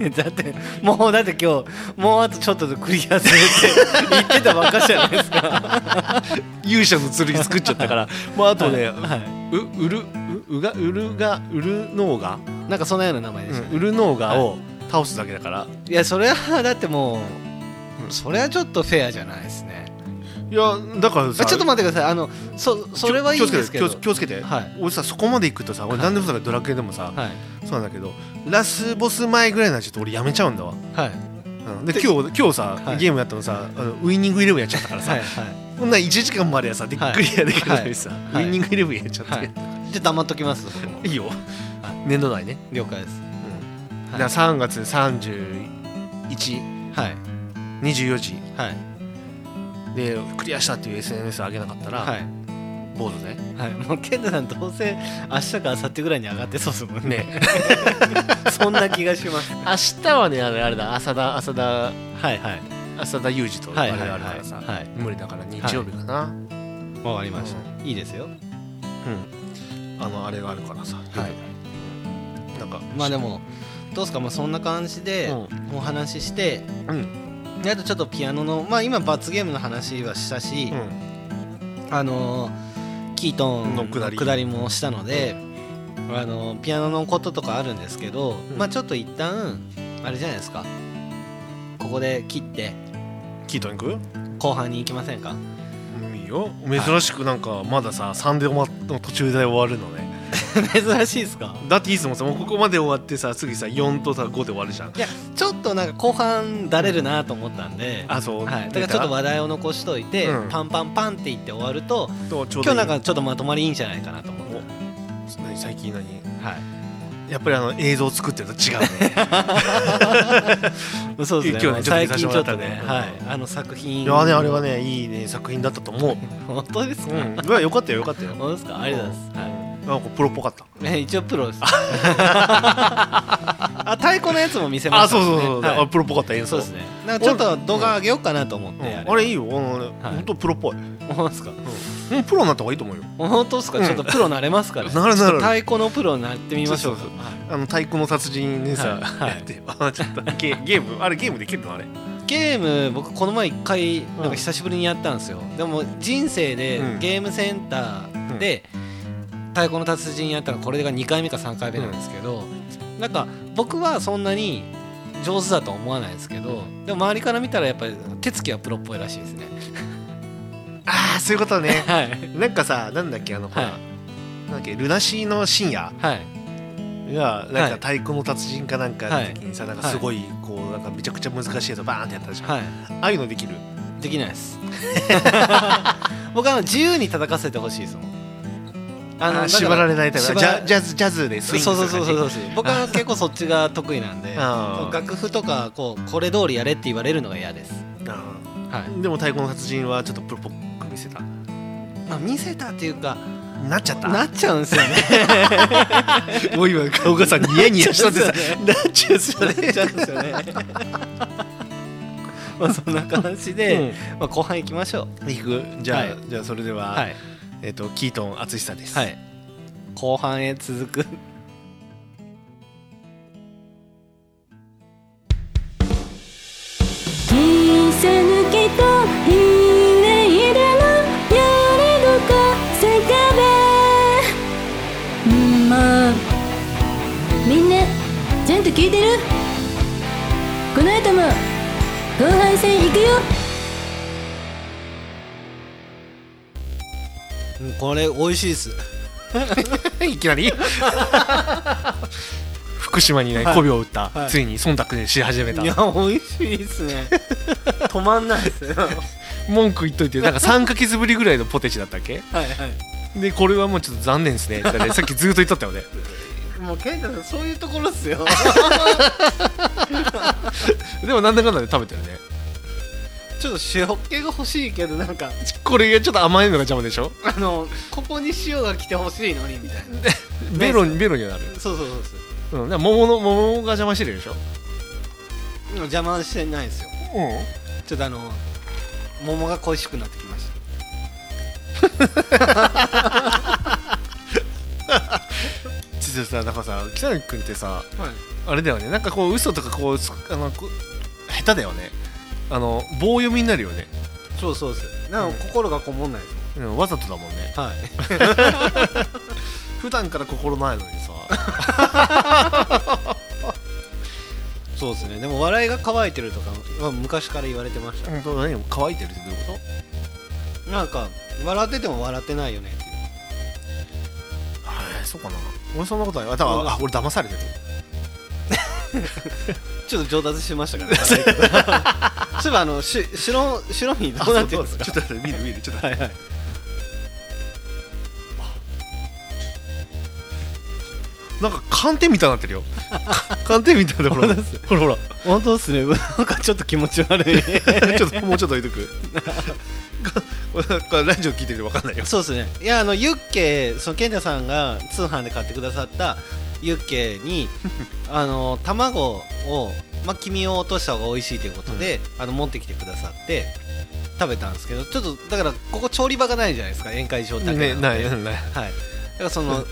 Speaker 2: はい だってもうだって今日もうあとちょっとでクリアするって言ってたばっかじゃないですか
Speaker 3: 勇者の剣作っちゃったからもうあとね、
Speaker 2: は
Speaker 3: ううるううがうるがうるのうが、
Speaker 2: い、なんかそんなような名前でした、
Speaker 3: うるのうがを倒すだけだから、
Speaker 2: いやそれはだってもう、
Speaker 3: うん
Speaker 2: それはちょっとフェアじゃないですね
Speaker 3: いやだから
Speaker 2: あ
Speaker 3: さ
Speaker 2: ちょっと待ってくださいあのそそれはいいんですけど
Speaker 3: 気を気をつけて気をつけて、
Speaker 2: はい
Speaker 3: 俺さそこまで行くとさ俺
Speaker 2: はい
Speaker 3: 何でもそうだからドラクエでもさ、
Speaker 2: はい
Speaker 3: そうなんだけどラスボス前ぐらいになっちゃうと俺やめちゃうんだわ、
Speaker 2: はい
Speaker 3: うん、で今日今日さ、
Speaker 2: はい
Speaker 3: ゲームやったのさあのウイニングイレブンやっちゃったからさ、
Speaker 2: はいは
Speaker 3: こんな1時間までやさでっくりやできるのにさ、
Speaker 2: はい
Speaker 3: ウイニングイレブンやっちゃった
Speaker 2: は
Speaker 3: け
Speaker 2: い
Speaker 3: ど、
Speaker 2: いじゃあ黙っときます僕も
Speaker 3: い、いよ年度内ね、
Speaker 2: 了解です
Speaker 3: うん
Speaker 2: はい
Speaker 3: だから3月
Speaker 2: はい
Speaker 3: 3124時
Speaker 2: はい
Speaker 3: でクリアしたっていう SNS 上げなかったら、
Speaker 2: はい
Speaker 3: ボードで
Speaker 2: はい、もう健太さんどうせ明日か明後日ぐらいに上がってそうですもんね
Speaker 3: ね
Speaker 2: そんな気がします
Speaker 3: 明日はねあれあれだ浅田浅田
Speaker 2: はいはい
Speaker 3: 浅田裕二とあ
Speaker 2: はいは
Speaker 3: れ
Speaker 2: いはい
Speaker 3: あるからさ、
Speaker 2: はい
Speaker 3: 無理だから日曜日かな、
Speaker 2: わかりました、いいですよ
Speaker 3: うんあのあれがあるからさ、なんか
Speaker 2: まあでもどうですかまあそんな感じでお話しして、
Speaker 3: うん
Speaker 2: であとちょっとピアノのまあ今罰ゲームの話はしたし、
Speaker 3: うん
Speaker 2: あのーキートン
Speaker 3: の下り
Speaker 2: もしたので、あのーピアノのこととかあるんですけど、
Speaker 3: うん
Speaker 2: まあちょっと一旦あれじゃないですかここで切って
Speaker 3: 聞いたん行く
Speaker 2: 後半に行きませんか
Speaker 3: うんいいよ珍しくなんかまださ3で終わの途中で終わるのね
Speaker 2: 珍しいですか
Speaker 3: だっていつもさもうここまで終わってさ次さ4とさ5で終わるじゃん
Speaker 2: いやちょっとなんか後半だれるなと思ったんで、
Speaker 3: あそう、
Speaker 2: はい、だからちょっと話題を残しといて、
Speaker 3: うん
Speaker 2: パンパンパンって言って終わると
Speaker 3: とちょうど
Speaker 2: 今日
Speaker 3: いい
Speaker 2: なんかちょっとまとまりいいんじゃないかなと思って、
Speaker 3: お何最近何
Speaker 2: は
Speaker 3: やっぱりあの映像作ってると違 うね
Speaker 2: い、そうですね
Speaker 3: 今日ねちょっと
Speaker 2: 最
Speaker 3: 見させて
Speaker 2: 近
Speaker 3: も
Speaker 2: ちょ
Speaker 3: らっ
Speaker 2: ったと
Speaker 3: んで
Speaker 2: ね、はい、あの作品
Speaker 3: いやねあれはねいいね作品だったと思う
Speaker 2: 本当ですか、
Speaker 3: うんうわよかったよよかったよ
Speaker 2: 本当ですかありがとうございます、はい
Speaker 3: なんかプロっぽかった
Speaker 2: ね、一応プロですあ 太鼓のやつも見せま
Speaker 3: あ
Speaker 2: した
Speaker 3: そう
Speaker 2: ね
Speaker 3: そうそう、
Speaker 2: はい
Speaker 3: あプロっぽかった演
Speaker 2: そう
Speaker 3: 奏
Speaker 2: ですねなんかちょっと動画上げようかなと思って、
Speaker 3: うん
Speaker 2: あ
Speaker 3: あれいいよあのね、
Speaker 2: はい
Speaker 3: ほんとプロっぽい、うん、
Speaker 2: 本当ですか
Speaker 3: もうプロになった方がいいと思うよ
Speaker 2: 本当ですか、
Speaker 3: うん
Speaker 2: ちょっとプロなれますから
Speaker 3: なるなる
Speaker 2: ちょっと太鼓のプロになってみましょうか
Speaker 3: そうそあの太鼓の達人でさ、
Speaker 2: はい
Speaker 3: やって あちょっとゲゲームあれゲームできるのあれ
Speaker 2: ゲーム僕この前一回なんか久しぶりにやったんですよ、でも人生で
Speaker 3: うん
Speaker 2: ゲームセンターで「太鼓の達人」やったのこれが2回目か3回目なんですけど、なんか僕はそんなに上手だとは思わないですけどでも周りから見たらやっぱり手つきはプロっぽいらしいですね
Speaker 3: ああそういうことね
Speaker 2: はい
Speaker 3: なんかさなんだっけあのほら、
Speaker 2: は
Speaker 3: なんだっけルナシーの深夜
Speaker 2: はい
Speaker 3: が
Speaker 2: は
Speaker 3: なん
Speaker 2: い
Speaker 3: か太鼓の達人かなんかの時にさ、なんか
Speaker 2: はい
Speaker 3: すごいこうなんかめちゃくちゃ難しいやつをバーンってやったじゃん、
Speaker 2: は
Speaker 3: ああいうのできる
Speaker 2: いできないです 僕はあの自由に叩かせてほしいですもんあ
Speaker 3: あの
Speaker 2: だから
Speaker 3: 縛られないタイプ
Speaker 2: 縛
Speaker 3: ジ
Speaker 2: ら
Speaker 3: ャジャズジャズでス
Speaker 2: そ
Speaker 3: イ
Speaker 2: う
Speaker 3: ングす
Speaker 2: そ
Speaker 3: る
Speaker 2: うそうそう
Speaker 3: 感
Speaker 2: そう僕は結構そっちが得意なんで
Speaker 3: あー
Speaker 2: 楽譜とかこうこれ通りやれって言われるのが嫌です
Speaker 3: じ
Speaker 2: はい
Speaker 3: うんでも太鼓の達人はちょっとプロっぽく見せた
Speaker 2: まあ見せたっていうか
Speaker 3: なっちゃった
Speaker 2: なっちゃうんですよ ね
Speaker 3: もう今顔がさニヤニヤしとってさなっちゃうんす よ
Speaker 2: なっ
Speaker 3: ね
Speaker 2: ちゃうんです よねまあそんな感じで、まあ、後半行きましょう
Speaker 3: いくじゃあ、
Speaker 2: は
Speaker 3: じゃあそれでは、
Speaker 2: はい、
Speaker 3: えっ、とキートン淳久です、
Speaker 2: はい、後半へ続く
Speaker 5: 「切りさぬけといないだろやれどこさかべ」んーもうみんなちゃんと聞いてるこの後も後半戦行くよ
Speaker 2: うんこれ美味しいです
Speaker 3: いきなり 福島にね、媚びを打った、
Speaker 2: はい
Speaker 3: ついに忖度し始めた
Speaker 2: いや美味しいです ね止まんないですよ はい
Speaker 3: 文句言っといてなんか3か月ぶりぐらいのポテチだったっけ
Speaker 2: はい
Speaker 3: でこれはもうちょっと残念です ねって言ったらねさっきずっと言っとったよね
Speaker 2: もう健太さんそういうところっす よ
Speaker 3: でもなんだかんだで食べたよね
Speaker 2: ちょっと塩気が欲しいけどなんか
Speaker 3: これがちょっと甘いのが邪魔でし ょ
Speaker 2: あのここに塩が来て欲しいのにみたいな
Speaker 3: ベロにベロにはなる、
Speaker 2: そうそうそうそう
Speaker 3: うん、でも桃の桃が邪魔してるでしょ
Speaker 2: うん邪魔してないですよ
Speaker 3: う
Speaker 2: ちょっとあの桃が恋しくなってきまし
Speaker 3: んちょっとさなんかさ北野君ってさ
Speaker 2: た、はい、
Speaker 3: あれだよねなんかこう嘘とかこうすあのこう下手だよねあの棒読みになるよね、
Speaker 2: そうそうですなんか心がこもんないです
Speaker 3: うん、わざとだもんね
Speaker 2: はい
Speaker 3: 普段から心ないのに さ
Speaker 2: そうですねでも笑いが乾いてるとかは昔から言われてました、
Speaker 3: 本当何も乾いてるってどういうこ
Speaker 2: なんか笑ってても笑ってないよねっていう
Speaker 3: とあれそうかな俺そんなことないあだからあ俺騙されてる
Speaker 2: ちょっと上達しましたからねそういうことそういえばあのし白白身どうなってるんですか
Speaker 3: ちょっと待って見る見るちょっと
Speaker 2: はいはい
Speaker 3: なんか寒天みたいになってるよ 寒天みたいだ ほらほらほら
Speaker 2: 本当ですね なんかちょっと気持ち悪い
Speaker 3: ちょっともうちょっと置いとく これラジオ聞いてると分かんないよ
Speaker 2: そうですねいやあのユッケその健太さんが通販で買ってくださったユッケ にあの卵を、まあ、黄身を落とした方が美味しいということで、あの持ってきてくださって食べたんですけどちょっとだからここ調理場がないじゃないですか宴会場だけなので、
Speaker 3: ねないないない
Speaker 2: はい、だからその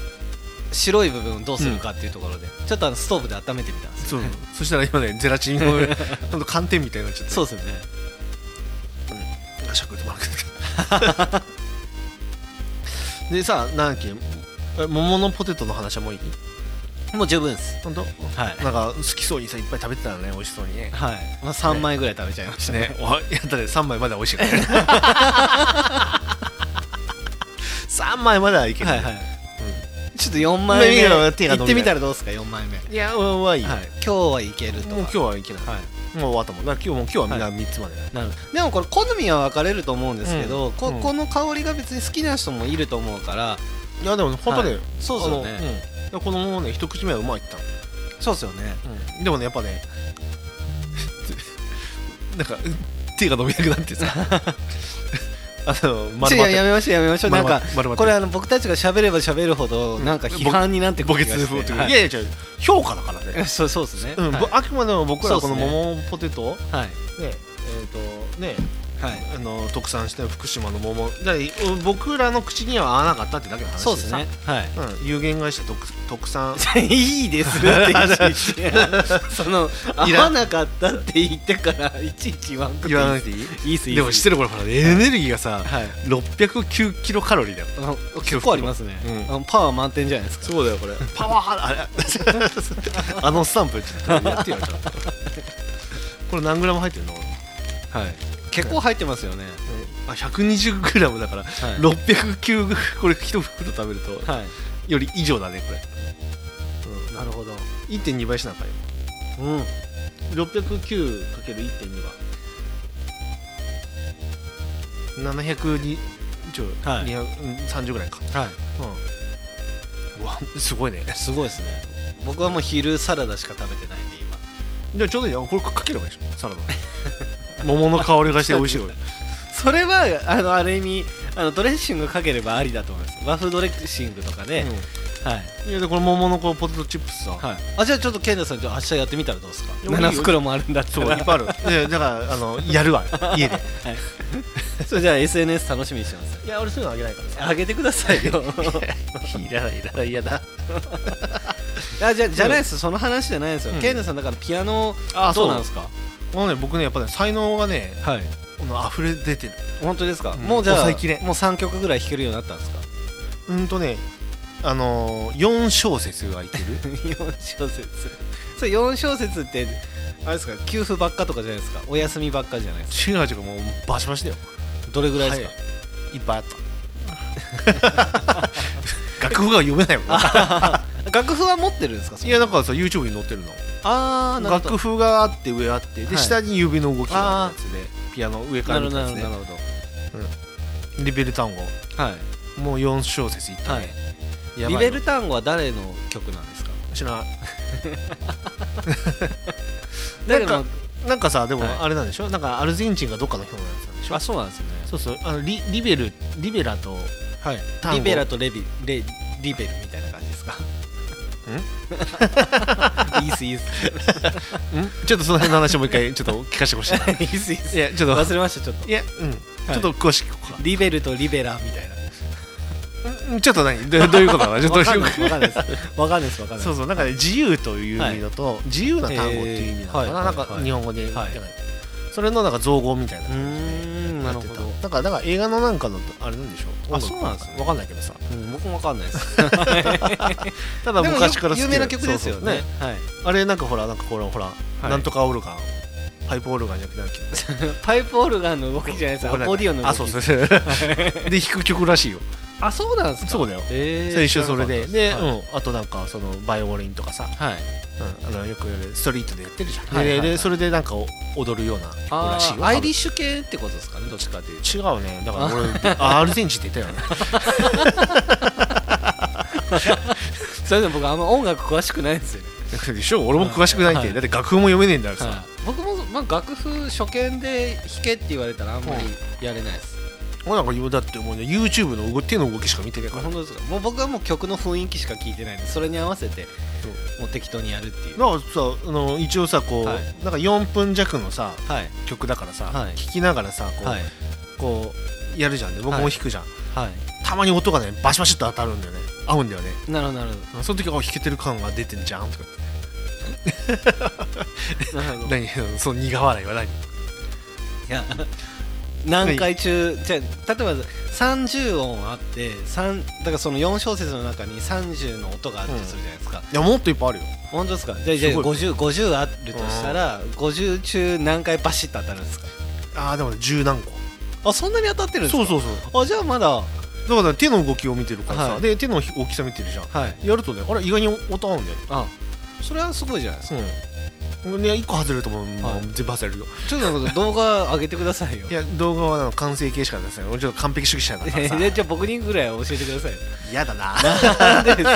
Speaker 2: 白い部分をどうするかっていうところで、ちょっとあのストーブで温めてみたんです
Speaker 3: そ
Speaker 2: よ
Speaker 3: う
Speaker 2: ね
Speaker 3: そしたら今ねゼラチン のほんと寒天みたいになっちゃって
Speaker 2: そうですよね
Speaker 3: しゃくってもらう でさなんだっけえ桃のポテトの話はもういい
Speaker 2: もう十分です
Speaker 3: 本当
Speaker 2: はい
Speaker 3: なんか好きそうにさいっぱい食べてたのね美味しそうにね
Speaker 2: はい、まあ、3枚ぐらい食べちゃいましたね
Speaker 3: ねおやったね3枚まだ美味しいからね 3枚まだいける、
Speaker 2: はいはい、ちょっと4枚
Speaker 3: い
Speaker 2: 目
Speaker 3: やいや手が
Speaker 2: 行
Speaker 3: 伸びない
Speaker 2: ってみたらどうですか4枚目、はい、
Speaker 3: いやおはいい、
Speaker 2: 今日はいけると
Speaker 3: もう今日はいけない、
Speaker 2: はい
Speaker 3: もう終わったもんだから今日もう今日はみんな3つまで、
Speaker 2: なるでもこれ好みは分かれると思うんですけど、
Speaker 3: うん
Speaker 2: こ
Speaker 3: うん
Speaker 2: この香りが別に好きな人もいると思うから、
Speaker 3: い、やでも本当ね、
Speaker 2: はいそうですよね
Speaker 3: あのうん、このもね一口目はうまいって言っ
Speaker 2: そうですよね
Speaker 3: たの、でもねやっぱね なんか手が伸びなく なってさあの
Speaker 2: ちょ
Speaker 3: 丸ま
Speaker 2: や
Speaker 3: って
Speaker 2: やめましょうやめましょうなん
Speaker 3: 丸まっ
Speaker 2: か
Speaker 3: て丸まって
Speaker 2: これあの僕たちが喋れば喋るほどなんか批判になってく
Speaker 3: 墓
Speaker 2: る
Speaker 3: 穴
Speaker 2: 気が
Speaker 3: で
Speaker 2: して
Speaker 3: 踏むという
Speaker 2: はい
Speaker 3: いやいや違う評価だからね、
Speaker 2: そうそうですね。
Speaker 3: うん
Speaker 2: はい
Speaker 3: ぼあくまでも僕らはこの
Speaker 2: そうっすね
Speaker 3: 桃ポテトをね
Speaker 2: はい
Speaker 3: えーとね
Speaker 2: はい。
Speaker 3: あの特産して福島の桃だからうん僕らの口には合わなかったってだけの話でさ
Speaker 2: そうですね。は
Speaker 3: うん、有限会社特特 産
Speaker 2: い。いいですっていちいち その
Speaker 3: い
Speaker 2: 合
Speaker 3: ら
Speaker 2: わ
Speaker 3: ん
Speaker 2: なかったって言ってからいちいち言わんくていい
Speaker 3: 言わなくていい
Speaker 2: いいっすいいっす
Speaker 3: でも知ってるこれほらエネルギーがさ
Speaker 2: はい
Speaker 3: 609キロカロリーだよ
Speaker 2: あの結構ありますね
Speaker 3: う
Speaker 2: あ
Speaker 3: ん
Speaker 2: のパワー満点じゃないですか
Speaker 3: そうだよこれパワハ ラあれあのスタンプちょっとやってよちょっとこれ何グラム入ってるの
Speaker 2: はい結構入ってますよね
Speaker 3: あ120グラムだから、
Speaker 2: い
Speaker 3: 609グこれ一袋食べると、
Speaker 2: はい
Speaker 3: より以上だねこれ、
Speaker 2: なるほど
Speaker 3: うん、1.2倍しなあかんよ
Speaker 2: うん
Speaker 3: 609かける1.2は700にちょ、
Speaker 2: はい
Speaker 3: 230ぐらいか、
Speaker 2: は
Speaker 3: うん、うわすごいね
Speaker 2: いすごいですね僕はもう昼サラダしか食べてないんで今
Speaker 3: じゃあちょうどいいよこれかければいいでしょサラダ 桃の香りがして美味 しいよ
Speaker 2: それはあのあれにあのドレッシングかければありだと思います和風ドレッシングとかで、はい
Speaker 3: うんいやでこれ桃のこうポテトチップスさ、
Speaker 2: はい、あじゃあちょっと健太さんじゃあ明日やってみたらどうですか
Speaker 3: いやいいよ
Speaker 2: 7袋もあるんだった
Speaker 3: そうい
Speaker 2: ら
Speaker 3: っぱいあ るでだからあのやるわ家で
Speaker 2: それじゃあ SNS 楽しみにしてます
Speaker 3: いや俺そういうのあげないからさ
Speaker 2: あげてくださいよ
Speaker 3: いらないいらない嫌だ
Speaker 2: あじゃじゃないです その話じゃないですよ
Speaker 3: うん
Speaker 2: 健太、さんだからピアノ
Speaker 3: あ
Speaker 2: どうなんですか
Speaker 3: もうね僕ねやっぱね才能がね
Speaker 2: はい
Speaker 3: この溢れ出てる
Speaker 2: 本当ですか、
Speaker 3: ん
Speaker 2: もうじゃあもう
Speaker 3: 抑えきれん
Speaker 2: 3曲ぐらい弾けるようになったん ですか
Speaker 3: うんとねあのー、4小節はいける
Speaker 2: 4小節それ4小節ってあれですか給付ばっかとかじゃないですかお休みばっかじゃないですか
Speaker 3: 違う違うもうバシバシだよ
Speaker 2: どれぐらいですか、
Speaker 3: いっぱいあっ た楽譜が読めないもん
Speaker 2: 楽譜は持ってるんですかそ
Speaker 3: い
Speaker 2: れ
Speaker 3: やだからさ YouTube に載ってるの
Speaker 2: ああなるほど
Speaker 3: 楽譜があって上あって
Speaker 2: は
Speaker 3: で
Speaker 2: い
Speaker 3: 下に指の動きがあるやつでピアノ上
Speaker 2: な
Speaker 3: から
Speaker 2: る
Speaker 3: 見
Speaker 2: ほど
Speaker 3: たや
Speaker 2: なるほ
Speaker 3: つで
Speaker 2: どなるほ
Speaker 3: リベル単語
Speaker 2: どはい
Speaker 3: もう4小節いった
Speaker 2: は
Speaker 3: ね
Speaker 2: い
Speaker 3: や
Speaker 2: リ
Speaker 3: ばい
Speaker 2: ベ
Speaker 3: よ
Speaker 2: ルタンゴは誰の曲なんですか
Speaker 3: 知らない
Speaker 2: 誰の
Speaker 3: なんかさでも
Speaker 2: はい
Speaker 3: あれなんでしょ、なんかアルゼンチンがどっかの表のやつなんでしょ
Speaker 2: あそうなんですよね
Speaker 3: そうそうあのリリベルリベラと
Speaker 2: はい
Speaker 3: 単語
Speaker 2: リベラとレビレリベルみたいな感じですか いいっすいいっす
Speaker 3: ちょっとその辺の話もう一回ちょっと聞かせてほしいな
Speaker 2: いいっすいいっす
Speaker 3: いやちょっと
Speaker 2: 忘れましたちょっと
Speaker 3: いやうん、ちょっと詳しく聞こうか
Speaker 2: リベルとリベラみたいな
Speaker 3: うんちょっと何どどういうことなのちょっと
Speaker 2: わ
Speaker 3: ど
Speaker 2: か
Speaker 3: う んい
Speaker 2: ないわ
Speaker 3: うこ
Speaker 2: かんないですわかんないですわかんな
Speaker 3: と
Speaker 2: い
Speaker 3: そ
Speaker 2: で
Speaker 3: うそうなんかね自由という意味だと、自由な単語っていう意味なのかな、
Speaker 2: えーはい
Speaker 3: なんか
Speaker 2: はい
Speaker 3: 日本語で、
Speaker 2: はい
Speaker 3: なんかそれのなんか造語みたいな
Speaker 2: すうーんなるほど
Speaker 3: だからだから映画のなんかのあれなんでしょ
Speaker 2: あそうなんですね
Speaker 3: わかんないけどさ
Speaker 2: うん僕もわかんないです
Speaker 3: ただ昔から好き
Speaker 2: 有名な曲ですよ
Speaker 3: そうそう
Speaker 2: ねはい
Speaker 3: あれなんかほらなんかほらほら、
Speaker 2: い
Speaker 3: なんとかオルガンパイプオルガンじゃなくてなんだっ け
Speaker 2: パイプオルガンの動きじゃないですアコーディオンの動き
Speaker 3: あそうそ うそうで弾く曲らしいよ
Speaker 2: あそうなんですか
Speaker 3: そうだよ
Speaker 2: えー
Speaker 3: 先週それで
Speaker 2: 知ら
Speaker 3: で、
Speaker 2: なかったす
Speaker 3: うん、あとなんかそのバイオリンとかさ、
Speaker 2: はい
Speaker 3: うん、あのよくやるストリートでやってるじゃん、
Speaker 2: はいはいはい
Speaker 3: ででそれでなんかお踊るような曲
Speaker 2: あ
Speaker 3: らしい
Speaker 2: ー
Speaker 3: よ
Speaker 2: アイリッ
Speaker 3: シ
Speaker 2: シュ系ってことですかねどっちかっていう と
Speaker 3: ュ違うねだから 俺あアルゼンチンって言ったよね
Speaker 2: それでも僕あんま音楽詳しくないんですよね
Speaker 3: でしょ俺も詳しくないん
Speaker 2: は
Speaker 3: で
Speaker 2: い
Speaker 3: だって楽譜も読めねえんだから
Speaker 2: は
Speaker 3: さ
Speaker 2: い僕も、まあ、楽譜初見で弾けって言われたらあんまりやれないです、
Speaker 3: 俺なんか今だってもうね YouTube の動き手の動きしか見てない
Speaker 2: これ
Speaker 3: からだ
Speaker 2: 本当ですかもう僕はもう曲の雰囲気しか聞いてないんでそれに合わせてもう適当にやるっていう
Speaker 3: からさあの一応さこう、
Speaker 2: はい
Speaker 3: なんか4分弱のさ
Speaker 2: はい
Speaker 3: 曲だからさ、
Speaker 2: はい
Speaker 3: 聞きながらさこう,、
Speaker 2: はい
Speaker 3: こうやるじゃんで僕も弾くじゃん、
Speaker 2: は
Speaker 3: たまに音がねバシバシっと当たるんだよね合うんだよね
Speaker 2: いなるほどなるほ
Speaker 3: その時あ弾けてる感が出てんじゃんとか
Speaker 2: どなる ほどい
Speaker 3: 何 その苦笑いは何
Speaker 2: や何回中じゃあ例えば30音あって三だからその4小節の中に30の音があるとするじゃないですか、
Speaker 3: いやもっといっぱいあるよ
Speaker 2: 本当ですかじゃあじゃあ
Speaker 3: すご
Speaker 2: 50, 50あるとしたら50中何回バシッと当たるんですか
Speaker 3: ああでもね十何個
Speaker 2: あそんなに当たってるんです
Speaker 3: そ
Speaker 2: か
Speaker 3: うそうそう
Speaker 2: あじゃあまだは
Speaker 3: だから手の動きを見てるからさ、
Speaker 2: はい
Speaker 3: で手の大きさ見てるじゃん
Speaker 2: い
Speaker 3: やるとねあれ意外に音合うんだよね
Speaker 2: あそれはすごいじゃないですか
Speaker 3: うんね1個外れるともう、もう
Speaker 2: はい
Speaker 3: 全部外れるよ
Speaker 2: ちょっとなんか動画上げてくださいよ
Speaker 3: いや動画はあの完成形しか出せない俺ちょっと完璧主義者だからさ
Speaker 2: えじゃあ僕にぐ らい教えてくださいよ
Speaker 3: 嫌だな
Speaker 2: なんでですか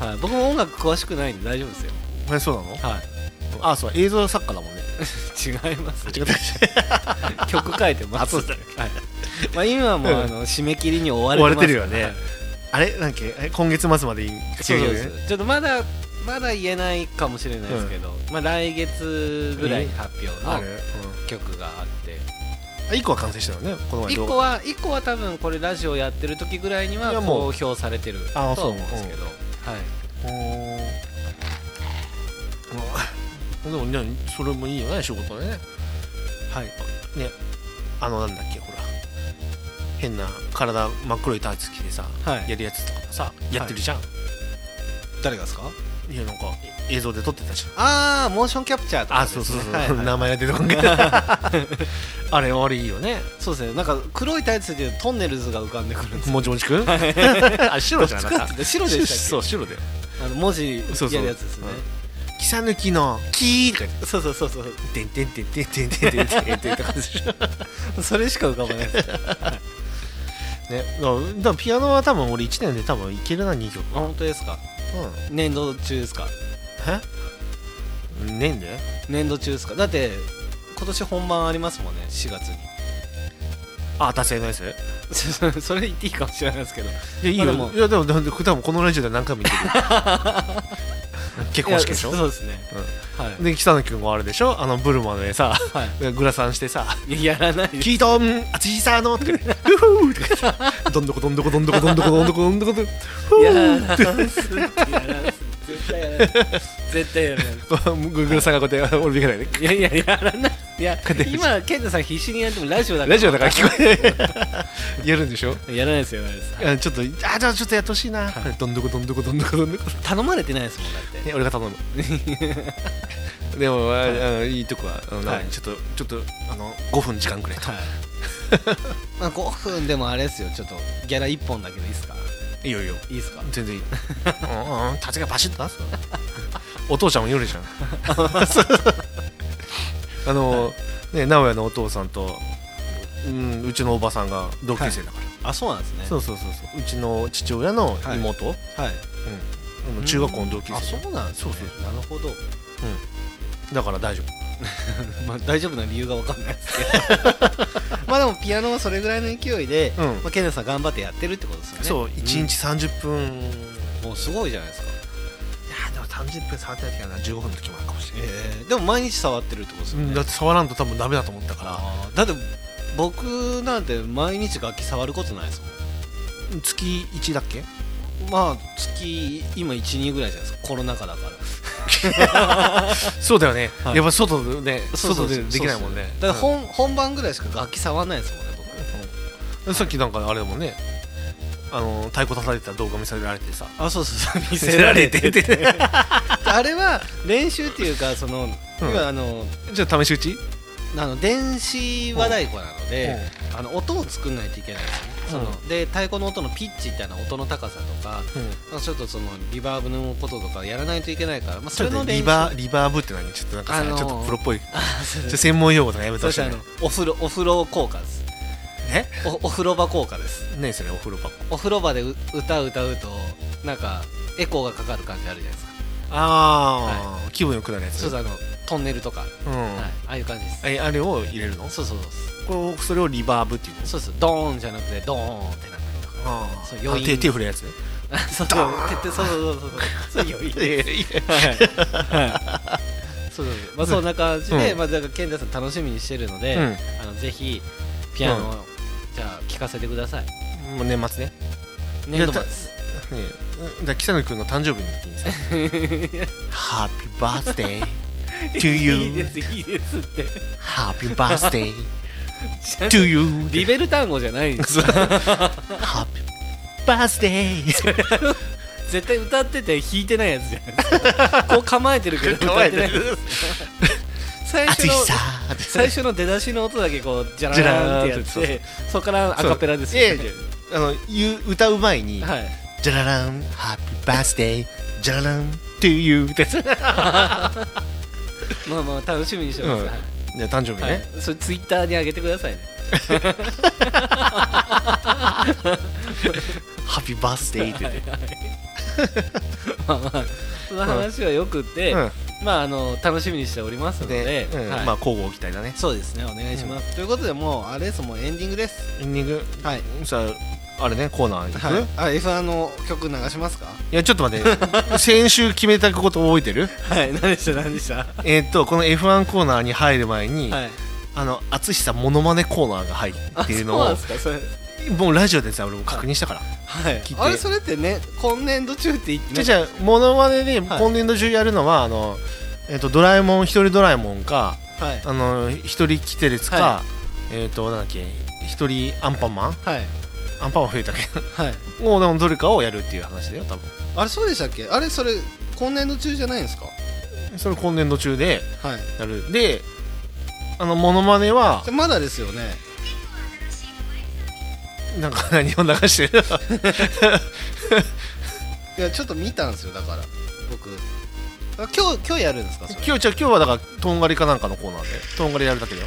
Speaker 2: はい僕も音楽詳しくないんで大丈夫ですよ
Speaker 3: えそうなの
Speaker 2: は
Speaker 3: あそう映像作家だもんね
Speaker 2: い違い ます
Speaker 3: 違った
Speaker 2: 曲書いてますはいまあ今はもうあの締め切りに追われて
Speaker 3: 追わ
Speaker 2: ます
Speaker 3: れてるよね
Speaker 2: はい
Speaker 3: あれなんだっけえ今月末までいい
Speaker 2: そうそう
Speaker 3: 違
Speaker 2: そう
Speaker 3: よね
Speaker 2: ちょっとまだまだ言えないかもしれないですけど、まあ来月ぐらいに発表
Speaker 3: あ
Speaker 2: の
Speaker 3: れ、うん
Speaker 2: 曲があって
Speaker 3: あ、1個は完成したよねこの前
Speaker 2: 1
Speaker 3: 動画
Speaker 2: 個は一個は多分これラジオやってる時ぐらいに
Speaker 3: い
Speaker 2: は
Speaker 3: やもう
Speaker 2: 公表されてると
Speaker 3: あ
Speaker 2: は
Speaker 3: あそう
Speaker 2: 思うんですけどはい
Speaker 3: おーうんでもねそれもいいよね仕事ねはいねあのなんだっけほら変な体真っ黒いターツ着てさ、
Speaker 2: はい
Speaker 3: やるやつとかもさやってるじゃん、
Speaker 2: 誰がですか
Speaker 3: い、やなんか映像で撮ってたじゃん
Speaker 2: ああモーションキャプチャーとか
Speaker 3: あ
Speaker 2: です
Speaker 3: そ
Speaker 2: ね
Speaker 3: うそうそう、
Speaker 2: はいはい
Speaker 3: 名前が出てこんけどあれあれいいよね
Speaker 2: そうですねなんか黒いタイツでトンネルズが浮かんでくるんですよ
Speaker 3: もちもちくんあれ白じゃなか
Speaker 2: ど
Speaker 3: っ
Speaker 2: っちか
Speaker 3: た
Speaker 2: って白でした
Speaker 3: そ
Speaker 2: っ
Speaker 3: う白だよ
Speaker 2: けあの文字
Speaker 3: そうそう
Speaker 2: やるやつですね
Speaker 3: 「草抜きのキー」とか
Speaker 2: そうそうそうそう
Speaker 3: 言って「てんてんてんてんてんてんてんてんてん」とかでしょ
Speaker 2: それしか浮かば ないです
Speaker 3: ね、だからだからピアノは多分俺1年で多分いけるな2曲
Speaker 2: あ本当ですか
Speaker 3: う
Speaker 2: 年度中ですか
Speaker 3: んえ年で
Speaker 2: 年度中ですかだって今年本番ありますもんね4月に
Speaker 3: あ達成のやつい
Speaker 2: それ言っていいかもしれないですけど
Speaker 3: やいいよ、
Speaker 2: まあでも
Speaker 3: いやでもでも多分このラジオで何回も言ってる結婚式でし
Speaker 2: いやそ
Speaker 3: ょ
Speaker 2: うですね、はい、
Speaker 3: で北野君はあれでしょあのブルマでさ、
Speaker 2: は
Speaker 3: グラサンしてさ
Speaker 2: いややらない
Speaker 3: 「
Speaker 2: です
Speaker 3: キートンアツシサーの」とか言って「ウフー」とか言ってどんどこどんどこどんどこどんどこどんどこどんどこどんど
Speaker 2: やら んすってやらんす絶対やらんす絶対やらんす
Speaker 3: こグラサンがこうやって俺見てないで
Speaker 2: いやいややらないいや今健太さん必死にやってもラジオだから
Speaker 3: ラジオだから聞こえないやるんでしょ
Speaker 2: やらないですよやらないです
Speaker 3: あちょっとあじゃあちょっとやってほしいなどんどこどんどこどんどこどんどこ
Speaker 2: 頼まれてないですもんだって
Speaker 3: ね俺が頼む でも、あのいいとこは、あの
Speaker 2: はい
Speaker 3: ちょっと、ちょっと、あの、5分時間くれと。
Speaker 2: はいまあ5分でもあれですよちょっとギャラ1本だけどいいですか
Speaker 3: いいよいいよ。
Speaker 2: いいですか
Speaker 3: 全然いい。うんうん、立ちがバシッと出すわお父ちゃんも夜じゃ ん。あの、ね、名古屋のお父さんと、うん、うちのおばさんが同級生だから。
Speaker 2: あそうなんですね
Speaker 3: そうそうそうそう。うちの父親の妹、
Speaker 2: はい
Speaker 3: うん中学校の同級
Speaker 2: あ
Speaker 3: 生。
Speaker 2: そうなんですね
Speaker 3: そう
Speaker 2: なるほど
Speaker 3: だから大丈夫。
Speaker 2: まあ大丈夫な理由が分かんないですけど まあでもピアノはそれぐらいの勢いで、
Speaker 3: うん
Speaker 2: まあ、ケンネスさん頑張ってやってるってことですよね
Speaker 3: そう、1日30分。い
Speaker 2: うんもうすごいじゃないですか
Speaker 3: やでも30分触ってない時はな15分の時もあるかもしれない、
Speaker 2: えーでも毎日触ってるってことですよ
Speaker 3: うん
Speaker 2: ね
Speaker 3: だって触らんと多分ダメだと思ったから
Speaker 2: あーだって僕なんて毎日楽器触ることないです
Speaker 3: 月1だっけ
Speaker 2: もんまあ月今12ぐらいじゃないですかコロナ禍だから
Speaker 3: そうだよね、
Speaker 2: はい
Speaker 3: やっぱ外でね
Speaker 2: そうそう
Speaker 3: 外でできないもんね
Speaker 2: だから本,、本番ぐらいしか楽器触んないですもんね僕
Speaker 3: うんさっきなんかあれだもんねあの太鼓叩いてた動画見せられてさ
Speaker 2: あそうそうそう見
Speaker 3: せられてて
Speaker 2: あれは練習っていうかその、今あの
Speaker 3: じゃあ試し打 ち
Speaker 2: あの電子和太鼓なので、あの音を作んないといけないんですよね、
Speaker 3: うん
Speaker 2: そので太鼓の音のピッチっていうのは音の高さとか
Speaker 3: うん
Speaker 2: まあちょっとそのリバーブのこととかやらないといけないから、まあ、そ
Speaker 3: ちょ
Speaker 2: れ
Speaker 3: っと
Speaker 2: の
Speaker 3: ね
Speaker 2: 練
Speaker 3: リ
Speaker 2: 習
Speaker 3: バーリバーブって何ちょっとなんかさ、
Speaker 2: あのー
Speaker 3: ちょっとプロっぽいちょ
Speaker 2: あ そう
Speaker 3: っ
Speaker 2: です
Speaker 3: と専門用語とかやめて
Speaker 2: そ
Speaker 3: ほ
Speaker 2: し
Speaker 3: しい
Speaker 2: てあ
Speaker 3: ね
Speaker 2: のお風呂お風呂効果です
Speaker 3: え
Speaker 2: おお風呂場効果です
Speaker 3: 何それお風呂箱
Speaker 2: お風呂場でう歌う歌うとなんかエコーがかかる感じあるじゃないですか
Speaker 3: ああ、気分良くなるやつ
Speaker 2: そうそうあのトンネルとか、
Speaker 3: うん、
Speaker 2: はい、ああいう感じです
Speaker 3: えあれを入れるの
Speaker 2: そうそうそうです
Speaker 3: こうそれをリバーブっていうの
Speaker 2: そうですドーンじゃなくてドーンってなったりとか
Speaker 3: あ
Speaker 2: そう
Speaker 3: ー
Speaker 2: 余韻
Speaker 3: あ手手振るやつ
Speaker 2: あそうそう徹底 そうそうそうそうそうそう余韻ですはいはいそうそうそうまあそんな感じで、
Speaker 3: うん
Speaker 2: まあだから健太さん楽しみにしてるので、
Speaker 3: うん
Speaker 2: あのぜひピアノを、じゃあ聴かせてください
Speaker 3: もう年末ね
Speaker 2: 年度末
Speaker 3: ねえだ北野君の誕生日の時にさ 「ハッピーバースデー to
Speaker 2: いいで
Speaker 3: you
Speaker 2: すいいですって
Speaker 3: ハッピーバースデ ー to you
Speaker 2: リベル単語じゃ ないんです
Speaker 3: ハッピーバースデー
Speaker 2: 絶対歌ってて弾いてないやつじゃないです かこう構えてるけど歌 ってない最初
Speaker 3: 暑い
Speaker 2: の
Speaker 3: さ
Speaker 2: 最初の出だしの音だけこうジャラーンってやって
Speaker 3: ジャラーンって
Speaker 2: そこからアカペラですよ
Speaker 3: そういやあの言う歌う前に
Speaker 2: はい
Speaker 3: 「ジャラランハッピーバースデージャララン to you」ってやつ
Speaker 2: まあまあ楽しみにしてます、
Speaker 3: うん
Speaker 2: はい
Speaker 3: じゃあ誕生日
Speaker 2: はい
Speaker 3: ね、
Speaker 2: それツイッターに上げてくださいね
Speaker 3: ハッピーバースデーって言って
Speaker 2: まあまあその話はよくて、
Speaker 3: うん
Speaker 2: まああの楽しみにしておりますので
Speaker 3: で、うん
Speaker 2: はい
Speaker 3: まあ交互期待だね
Speaker 2: そうですねお願いします、ということでもうあれですもうエンディングです
Speaker 3: エンディング
Speaker 2: はい
Speaker 3: さああれねコーナー行く、
Speaker 2: はい、あ F1 の曲流しますか
Speaker 3: いやちょっと待っ て先週決めたこと覚えてる
Speaker 2: はい何でした何でしたは
Speaker 3: えーっとこの F1 コーナーに入る前に、
Speaker 2: い
Speaker 3: あの淳さんモノマネコーナーが入る
Speaker 2: あ
Speaker 3: っていうの
Speaker 2: そうなん
Speaker 3: を
Speaker 2: ですかそれ
Speaker 3: もうラジオでさ俺も確認したから
Speaker 2: はい
Speaker 3: 聞いて
Speaker 2: あれそれってね今年度中って言って
Speaker 3: じゃ
Speaker 2: な
Speaker 3: あ
Speaker 2: い
Speaker 3: じゃあモノマネで
Speaker 2: はい
Speaker 3: 今年度中やるのは、あのえーっとドラえもん一人ドラえもんか
Speaker 2: はい
Speaker 3: あの一人来てるやつか、
Speaker 2: は
Speaker 3: えーっとなんだっけ一人アンパンマン
Speaker 2: はい
Speaker 3: アンパンマン増えたっけ
Speaker 2: はい
Speaker 3: どもうでもどれかをやるっていう話だよ多分
Speaker 2: あれそうでしたっけあれそれ今年度中じゃないんですか
Speaker 3: それ今年度中で
Speaker 2: はい
Speaker 3: やるであのモノマネは
Speaker 2: じゃあまだですよね
Speaker 3: なんか 何を流してる
Speaker 2: いやちょっと見たんですよだから僕あ今日今日やるんですかそれ
Speaker 3: 今日じゃあ今日はだからとんがりかなんかのコーナーでとんがりやるだけだよ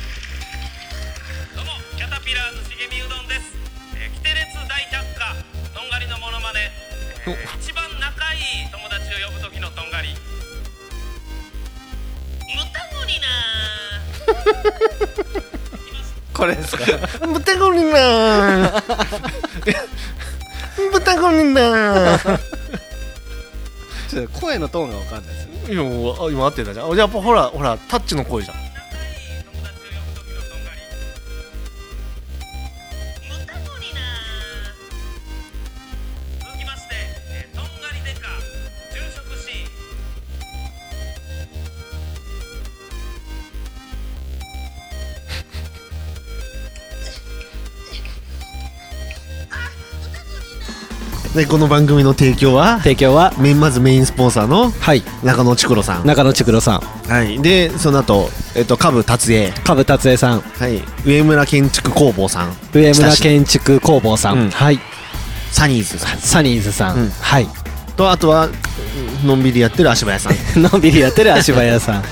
Speaker 6: どうもキャタピラーの茂みうどんです、えー、キテレツ大百科とんがりのモノマネ、えー一番仲いい友達を呼ぶ時のとんがり無駄ゴリラ
Speaker 2: これですか
Speaker 3: 豚ゴリ ラー豚ゴリラー
Speaker 2: ちょっと声のトーンがわかんないですよ
Speaker 3: いやもうあ今合ってたじゃんあやっぱほらほらタッチの声じゃん
Speaker 6: 仲いい友達を呼ぶ時のとんがり無駄ゴリラ続きまして、えー、とんがりデカ昼食シーン
Speaker 4: でこの番組の提供は
Speaker 7: 提供は
Speaker 4: メインまずメインスポンサーの
Speaker 7: はい
Speaker 4: 中野千黒さん、
Speaker 7: 中野千黒さん
Speaker 4: はい、でその後、えっと下部達也、
Speaker 7: 株達也さん
Speaker 4: はい、上村建築工房さん
Speaker 7: 上村
Speaker 4: 親しい
Speaker 7: 建築工房さ
Speaker 4: う
Speaker 7: ん、
Speaker 4: ん
Speaker 7: はい
Speaker 4: サニーズさん
Speaker 7: サニーズさん、
Speaker 4: うん
Speaker 7: はい
Speaker 4: とあとはうんのんびりやってる足早さん
Speaker 7: のんびりやってる足早さん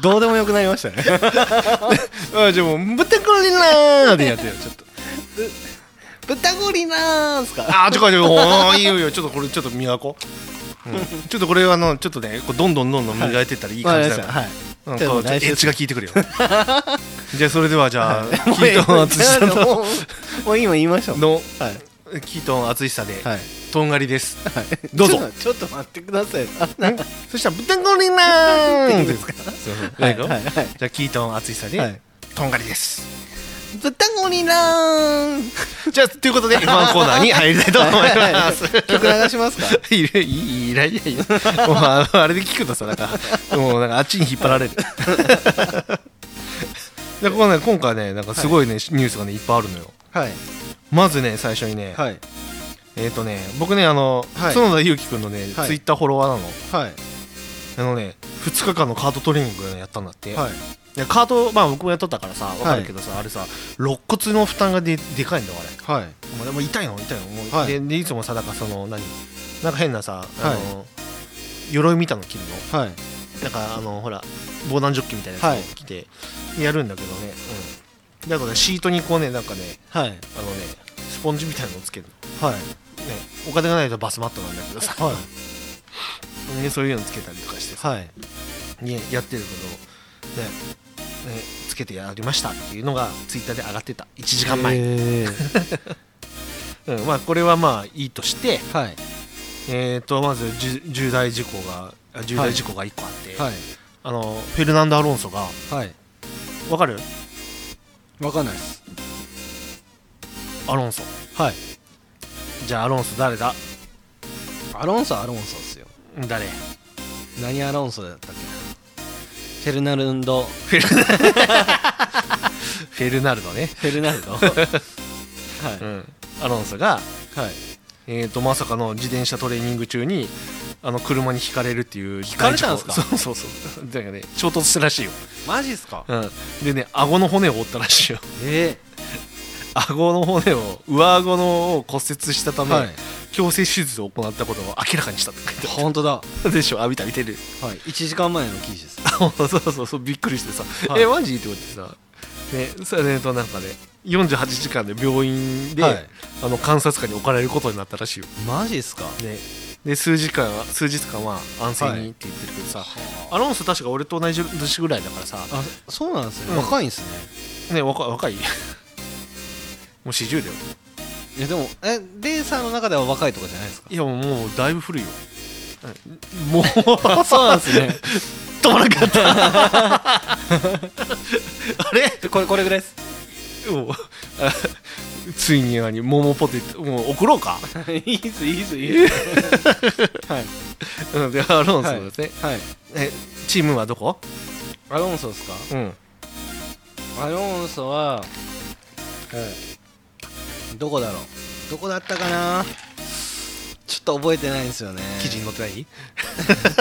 Speaker 2: どうでもよくなりましたね
Speaker 3: あじゃあもう豚ゴリラーでやってよちょっと豚ゴリラーすかあちょっとちょっとおーいいよいいよちょっとこれちょっと磨こう、うんちょっとこれあのちょっとねこうどんどんどんどん磨いてったらいい感じだから、
Speaker 7: はい
Speaker 3: うん
Speaker 2: じゃあ
Speaker 3: こ
Speaker 2: も
Speaker 3: う
Speaker 2: う
Speaker 3: ちょ
Speaker 2: 来
Speaker 3: っと
Speaker 2: 週
Speaker 3: エッジが効いてく るよじゃあそれではじゃあ、キ
Speaker 2: もうええ
Speaker 3: ートン淳さんの
Speaker 2: もうもう今言いましょう
Speaker 3: の、
Speaker 2: はい
Speaker 3: キートン淳さんで、
Speaker 2: はい
Speaker 3: とんがりです、どうぞ
Speaker 2: ちょっとちょっと待ってくださいあなんか
Speaker 3: そしたら豚ゴリラーン ですか
Speaker 2: は
Speaker 3: はいい
Speaker 2: はいはい
Speaker 3: じゃあキートン淳さんで、
Speaker 2: はい
Speaker 3: とんがりです豚ゴリラーンじゃあということで F1 コーナーに入りたいと思います、
Speaker 2: 曲流しますか
Speaker 3: いるいいいいらいやいやもうあのあれで聞くとさなんかもうなんかあっちに引っ張 られるでここね今回ねなんかすごいね、ニュースがねいっぱいあるのよ
Speaker 2: はい
Speaker 3: まずね最初にね、
Speaker 2: はい
Speaker 3: えっ、とね僕ねあの、
Speaker 2: はい
Speaker 3: 角田裕樹君のね、
Speaker 2: はい
Speaker 3: ツイッターフォロワーなの
Speaker 2: はい
Speaker 3: あのね2日間のカートトレーニングをねやったんだって、
Speaker 2: はい
Speaker 3: でカートまあ僕もやっとったからさわかるけどさ、あれさ肋骨の負担がででかいんだよあれ
Speaker 2: はい
Speaker 3: もうでも痛いの痛いのもう、
Speaker 2: はい
Speaker 3: ででいつもさなんかその何なんか変なさあの、鎧みたいの着るの
Speaker 2: はい
Speaker 3: なんかあのほら防弾チョッキみたいな
Speaker 2: は
Speaker 3: や
Speaker 2: い
Speaker 3: つを着てやるんだけどね、うん、だからねシートにこうねなんかね
Speaker 2: はい
Speaker 3: あのねスポンジみたいなのをつける
Speaker 2: はい
Speaker 3: の、ね、お金がないとバスマットなんだけどさ、
Speaker 2: はい
Speaker 3: ね、そういうのつけたりとかしてさ、
Speaker 2: はい
Speaker 3: ね、やってるけどねねつけてやりましたっていうのがツイッターで上がってた1時間前、
Speaker 2: え
Speaker 3: うん、まあこれはまあいいとして
Speaker 2: ーはい
Speaker 3: えー、とまずじゅ重大事故があ重大事故が1個あって、
Speaker 2: はい
Speaker 3: あのフェルナンド・アロンソが
Speaker 2: はい
Speaker 3: わかる
Speaker 2: わかんないです
Speaker 3: アロンソ
Speaker 2: はい
Speaker 3: じゃあアロンソ誰だ
Speaker 2: アロンソはアロンソですよ
Speaker 3: 誰
Speaker 2: 何アロンソだったっけフェルナルンド
Speaker 3: フェルナルドね、
Speaker 2: フェルナルド はい、
Speaker 3: うん、アロンソが、
Speaker 2: はい
Speaker 3: えー、とまさかの自転車トレーニング中にあの車にひかれるっていうひ
Speaker 2: かれたんすか
Speaker 3: そうそうそう だからね衝突したらしいよ、
Speaker 2: マジっすか
Speaker 3: うん、でね顎の骨を折った らしいよ
Speaker 2: え
Speaker 3: 顎の骨を上顎のを骨折したた
Speaker 2: ー、
Speaker 3: め、
Speaker 2: はい
Speaker 3: 強制手術を行ったことを明らかにしたって書いてあ
Speaker 2: 本当だは
Speaker 3: るでしょあ見た見てる
Speaker 2: い1時間前の記事です
Speaker 3: そうそうそうそうびっくりしてさ、
Speaker 2: はい
Speaker 3: えマジって思ってさねそれねとなんかね48時間で病院で、
Speaker 2: はい
Speaker 3: あの観察下に置かれることになったらしいよ、
Speaker 2: マジっすか
Speaker 3: ね、で数時間は数日間は安静
Speaker 2: はい
Speaker 3: にって言ってるけどさ、アロンソ確か俺と同じ年ぐらいだからさ、
Speaker 2: あそうなんですね、
Speaker 3: うん
Speaker 2: 若いんですね
Speaker 3: ね、若い若い もう40だよ
Speaker 2: いやでもえレイさんの中では若いとかじゃないですか
Speaker 3: いやもうもうだいぶ古いようんもう
Speaker 2: そうなんですね
Speaker 3: 止まらなかったあれ
Speaker 2: これこれぐらい です
Speaker 3: もうあついに何桃ポテトもう送ろう か
Speaker 2: いいっすいいっすいいっす
Speaker 3: うんでアロンソですね、
Speaker 2: はい
Speaker 3: えチームはどこ
Speaker 2: アロンソですか
Speaker 3: うん
Speaker 2: アロンソは、どこだろうどこだったかなちょっと覚えてないんですよね
Speaker 3: 記事に載ってない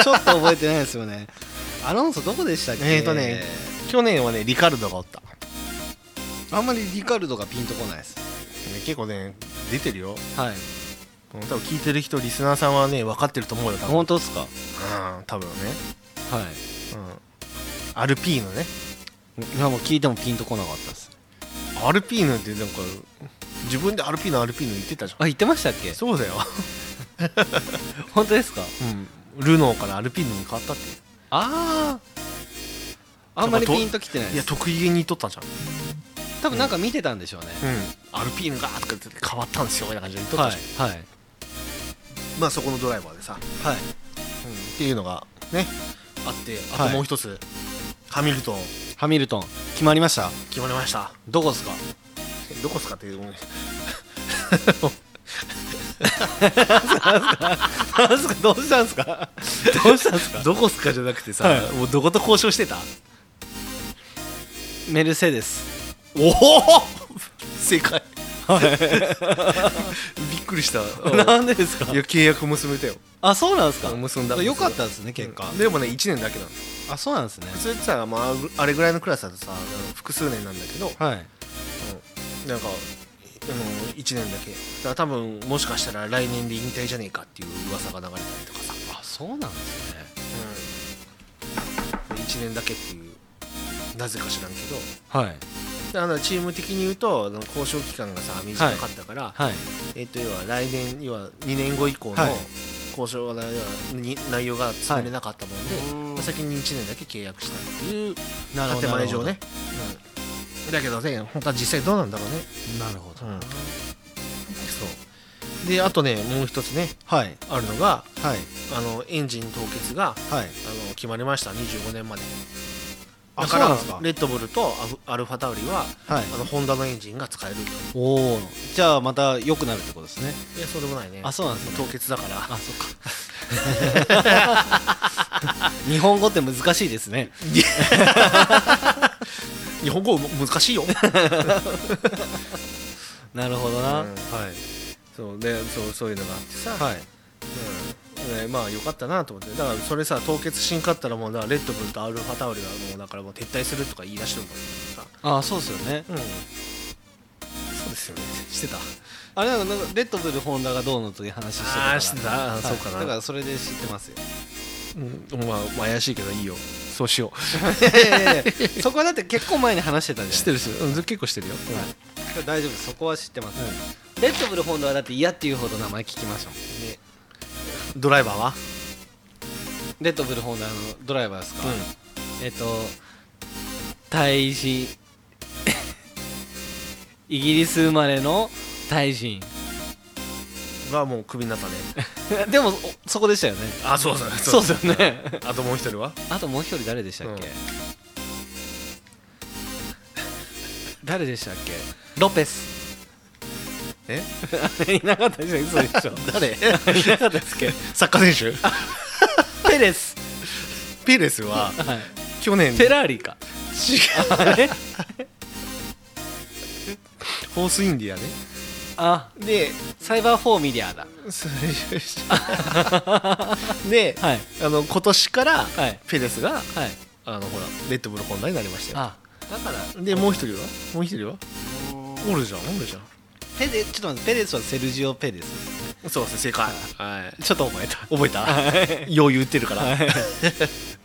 Speaker 2: ちょっと覚えてないんですよね アロンソどこでしたっけ
Speaker 3: えーとね去年はねリカルドがおった、ね、
Speaker 2: あんまりリカルドがピンとこないです
Speaker 3: 結構ね出てるよ
Speaker 2: はい
Speaker 3: うん多分聞いてる人リスナーさんはね分かってると思うよ多分
Speaker 2: 本当ですかは
Speaker 3: うん多分ね、
Speaker 2: い
Speaker 3: うん、アルピーヌね
Speaker 2: いやもう聞いてもピンとこなかったです
Speaker 3: アルピーヌってなんか自分でアルピーヌアルピーヌ言ってたじゃ
Speaker 2: あ言ってましたっけ
Speaker 3: んそうだよ、
Speaker 2: 本当ですか
Speaker 3: うん、ルノーからアルピーヌに変わったって
Speaker 2: あああんまりピンときてない
Speaker 3: い
Speaker 2: で
Speaker 3: や
Speaker 2: す
Speaker 3: 得意げに言っとったじゃん
Speaker 2: 多分なんか見てたんでしょうね
Speaker 3: うん、アルピーヌがーとかって変わったんですよみたいな感じで言っとった
Speaker 2: はい
Speaker 3: じゃん
Speaker 2: はい
Speaker 3: まあそこのドライバーでさ、
Speaker 2: はい
Speaker 3: うんっていうのがねあってあ
Speaker 2: は
Speaker 3: と
Speaker 2: い
Speaker 3: もう一つ、ハミルトン
Speaker 2: ハミルトン決まりました
Speaker 3: 決まりました
Speaker 2: どこですか
Speaker 3: どこっすかっていうね
Speaker 2: なんすかどうしたんすか どうしたんすか
Speaker 3: どこっすかじゃなくてさ、
Speaker 2: はい
Speaker 3: もうどこと交渉してた
Speaker 2: メルセデス
Speaker 3: おお正解びっく りしたい
Speaker 2: なんでですか
Speaker 3: や契約結べたよ
Speaker 2: あそうなんですか
Speaker 3: 結んだ
Speaker 2: よかったですね結果、
Speaker 3: でもね1年だけなんです
Speaker 2: あそうなんですね
Speaker 3: 普通ってさ、まあ、あれぐらいのクラスだとさあの複数年なんだけど
Speaker 2: はい
Speaker 3: なんかあの1年だけだから多分もしかしたら来年で引退じゃねえかっていう噂が流れたりとかさ、
Speaker 2: あそうなんですね
Speaker 3: うん、1年だけっていうなぜか知らんけど
Speaker 2: はい
Speaker 3: であのチーム的に言うとあの交渉期間がさ短かったから、
Speaker 2: はい
Speaker 3: えっと要は来年要は2年後以降の
Speaker 2: はい
Speaker 3: 交渉が要はに内容が進めれなかったもんで、まあ先に1年だけ契約したっていう
Speaker 2: なるほど
Speaker 3: 建前上ね、うん、だけどね本当は実際どうなんだろうね
Speaker 2: なるほど
Speaker 3: うんそうであとねもう一つね
Speaker 2: はい
Speaker 3: あるのが
Speaker 2: はい
Speaker 3: あのエンジン凍結が
Speaker 2: はい
Speaker 3: あの決まりました25年まで
Speaker 2: あ
Speaker 3: だか
Speaker 2: そうな
Speaker 3: ら
Speaker 2: んですか
Speaker 3: レッドブルとアフアルファタウリは
Speaker 2: はい
Speaker 3: あのホンダのエンジンが使える
Speaker 2: おおじゃあまた良くなるってことですね
Speaker 3: いやそうでもないね
Speaker 2: あそうなんですね
Speaker 3: 凍結だから
Speaker 2: あそっか日本語って難しいですね
Speaker 3: 日本語難しいよ
Speaker 2: なるほどな、
Speaker 3: うん
Speaker 2: はい
Speaker 3: そうでそうそういうのがあってさ、
Speaker 2: はい
Speaker 3: うんねまあよかったなと思ってだからそれさ凍結しんかったらもうだからレッドブルとアルファタウリはもうだからもう撤退するとか言い出してるもんさ
Speaker 2: あそうですよね
Speaker 3: うんそうですよねしてた
Speaker 2: あれなんかなんかレッドブルホンダがどうのという話してたから
Speaker 3: あーしてたあーそうかな
Speaker 2: だからそれで知ってますよ
Speaker 3: うんまあまあ怪しいけどいいよそうしよ
Speaker 2: いやいやいやそこはだって結構前に話してたじゃ
Speaker 3: う
Speaker 2: ん
Speaker 3: してるし、うん、結構してるよ、
Speaker 2: はい大丈夫ですそこは知ってます、レッドブルホンダはだって嫌っていうほど名前聞きましたもんね
Speaker 3: ドライバーは
Speaker 2: レッドブルホンダのドライバーですか、えっと大人 イギリス生まれのタイ人
Speaker 3: がもうクビになったね
Speaker 2: でもおそこでしたよね
Speaker 3: あそうそう
Speaker 2: そうですよね
Speaker 3: あともう一人は
Speaker 2: あともう一人誰でしたっけ、
Speaker 3: うん
Speaker 2: 誰でしたっけロペス
Speaker 3: え
Speaker 2: あ れいなかったでしょ嘘で しょ
Speaker 3: 誰
Speaker 2: いなかったですけど
Speaker 3: サッカー選手
Speaker 2: ペレス、
Speaker 3: ペレスは
Speaker 2: はい、
Speaker 3: 去年
Speaker 2: フェラーリかあれ
Speaker 3: ホースインデ ィアね
Speaker 2: あ
Speaker 3: で
Speaker 2: サイバーフォーミディアだ
Speaker 3: それで、
Speaker 2: はい
Speaker 3: あの今年から
Speaker 2: はい
Speaker 3: ペレスが
Speaker 2: はい
Speaker 3: あのほらレッドブルホンダになりましたよ
Speaker 2: あだから
Speaker 3: でもう一人はもう一人はおるじゃんおるじゃん
Speaker 2: ペレちょっと待ってペレスはセルジオ・ペレス
Speaker 3: そうですね正解はい
Speaker 2: ちょっと覚えた
Speaker 3: 覚えた余裕言ってるから、い、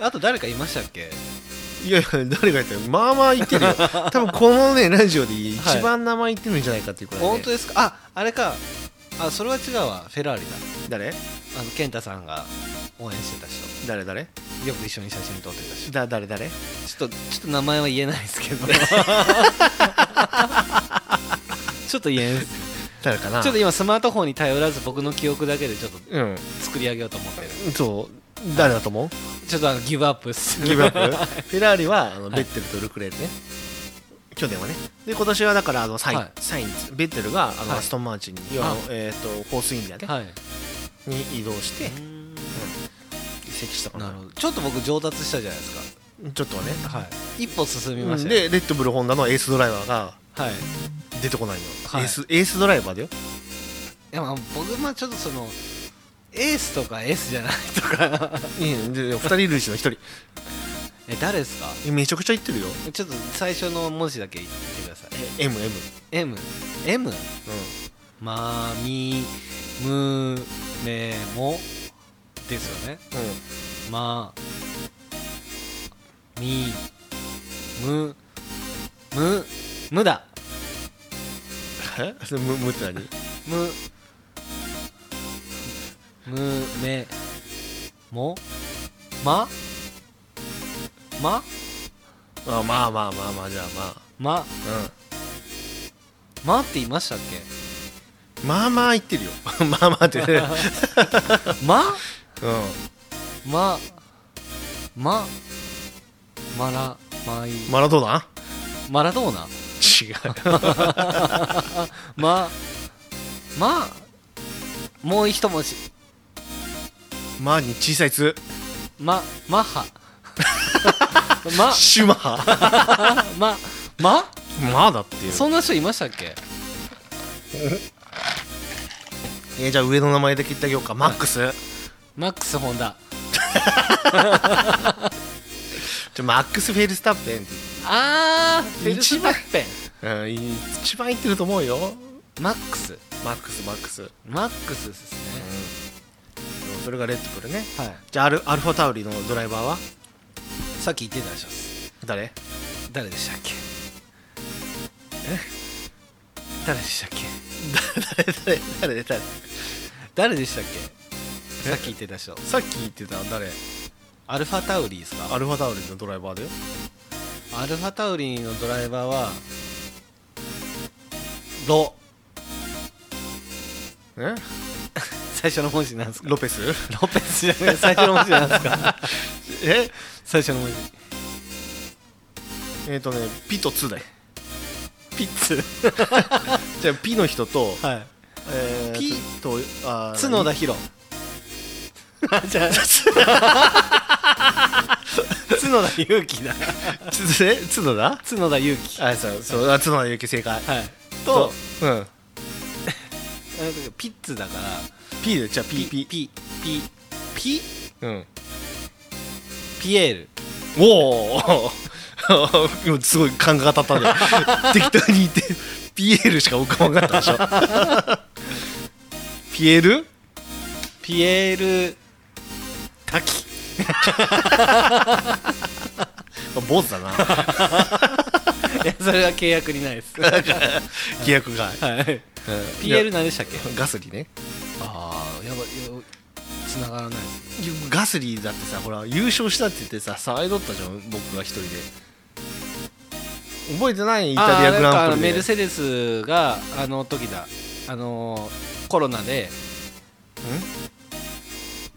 Speaker 2: あと誰かいましたっけ
Speaker 3: やいや誰が言ったよまあまあ言 ってるよ多分このねラジオで一
Speaker 2: はい
Speaker 3: 番名前言ってるんじゃないかっていうくらい、ね
Speaker 2: 本当ですかああれかあそれは違うわフェラーリだ
Speaker 3: 誰
Speaker 2: あの健太さんが応援してた人
Speaker 3: 誰誰
Speaker 2: よく一緒に写真撮ってた人
Speaker 3: だ誰誰
Speaker 2: ちょっとちょっと名前は言えないです けどちょっと言えんす
Speaker 3: 誰かな
Speaker 2: ちょっと今スマートフォンに頼らず僕の記憶だけでちょっと
Speaker 3: うん
Speaker 2: 作り上げようと思ってる
Speaker 3: そう誰だと思う
Speaker 2: ちょっとあのギブアップっす
Speaker 3: ギブアップ フェラーリはあのベッテルとルクレールね、去年はねで今年はだからあのサイン、
Speaker 2: はい
Speaker 3: サインズベッテルがあの、
Speaker 2: はい
Speaker 3: アストンマーチンに要は
Speaker 2: あ
Speaker 3: えー、とコースインディア
Speaker 2: は
Speaker 3: ね、
Speaker 2: い
Speaker 3: に移動して移籍したかな
Speaker 2: なるほどちょっと僕上達したじゃないですか
Speaker 3: ちょっとはね、
Speaker 2: はい一歩進み
Speaker 3: う
Speaker 2: ま
Speaker 3: ん
Speaker 2: したよ
Speaker 3: でレッドブルホンダのエースドライバーが
Speaker 2: はい
Speaker 3: 出てこないの、
Speaker 2: はい
Speaker 3: エースエースドライバーだよ
Speaker 2: いやまあ僕まあちょっとそのエースとかエースじゃないとか
Speaker 3: うんで2人いるうちの1
Speaker 2: え誰ですか
Speaker 3: 人めちゃくちゃ言ってるよ
Speaker 2: ちょっと最初の文字だけ言ってください
Speaker 3: MM、うん、
Speaker 2: M M まみむめもですよねまみむむむだ
Speaker 3: え それむむって何
Speaker 2: むむめもまま
Speaker 3: あまあまあまあまあじゃあ
Speaker 2: ま
Speaker 3: まあ、うん
Speaker 2: まって言いましたっ
Speaker 3: まあまあ言ってるよ まあまあって、ね、
Speaker 2: け ま
Speaker 3: う
Speaker 2: ままマラマイ
Speaker 3: んマラドーナ
Speaker 2: マラドーナ
Speaker 3: 違
Speaker 2: ままもう一文字
Speaker 3: うまあに小さいつ
Speaker 2: まマハま
Speaker 3: シュマハ
Speaker 2: まま
Speaker 3: まあだっていう
Speaker 2: そんな人いましたっけ
Speaker 3: えーじゃあ上の名前だけ言ってあげようかマックス
Speaker 2: マックス・ホンダ
Speaker 3: じゃあマックス・フェルスタッペンって
Speaker 2: あーフェルスタッペン
Speaker 3: うんいい一番言ってると思うよ
Speaker 2: マックス
Speaker 3: マックスマックス
Speaker 2: マックスですね
Speaker 3: それがレッドブルね
Speaker 2: はい
Speaker 3: じゃあアルアルファタウリのドライバーは
Speaker 2: さっき言ってたでしょ
Speaker 3: 誰
Speaker 2: 誰でしたっけ誰でしたっけ
Speaker 3: 誰誰誰誰
Speaker 2: 誰でしたっけさっき言ってた人
Speaker 3: さっき言ってた誰
Speaker 2: アルファタウリーですか
Speaker 3: アルファタウリのドライバーだよ
Speaker 2: アルファタウリーのドライバーはロ
Speaker 3: え
Speaker 2: 最初の文字なんですか
Speaker 3: ロペス
Speaker 2: ロペスじゃない最初の文字なんですか
Speaker 3: え
Speaker 2: 最初の文字
Speaker 3: えっ、ー、とねピと2だよ
Speaker 2: ピッツ
Speaker 3: じゃあピの人と、
Speaker 2: はい
Speaker 3: えー、
Speaker 2: ピ
Speaker 3: とあー
Speaker 2: 角田博 じゃ あ角田勇気だ
Speaker 3: つえ角田
Speaker 2: 角田勇気
Speaker 3: あそうそうあ角田ゆき正解
Speaker 2: はい
Speaker 3: と
Speaker 2: と
Speaker 3: うん
Speaker 2: あの時 ピッツだから
Speaker 3: P でじゃあ P
Speaker 2: ピピ
Speaker 3: P
Speaker 2: ピピ
Speaker 3: うん
Speaker 2: ピエール
Speaker 3: おお今 すごい勘が当た ったんで適当に言って PL しか浮かばなかったでしょ PL?
Speaker 2: ピエール滝
Speaker 3: 坊主だな
Speaker 2: いやそれは契約にない です
Speaker 3: 規約が、
Speaker 2: はい
Speaker 3: うん
Speaker 2: ピエール何でしたっけ
Speaker 3: ガスリーね
Speaker 2: ああやばいや繋がらないです
Speaker 3: ガスリーだってさほら優勝したって言ってさ騒いどったじゃん僕が一人で覚えてないイ
Speaker 2: イ
Speaker 3: タリアグラン
Speaker 2: あ
Speaker 3: プリ
Speaker 2: メ
Speaker 3: で
Speaker 2: ルセデスがあの時だあのーコロナで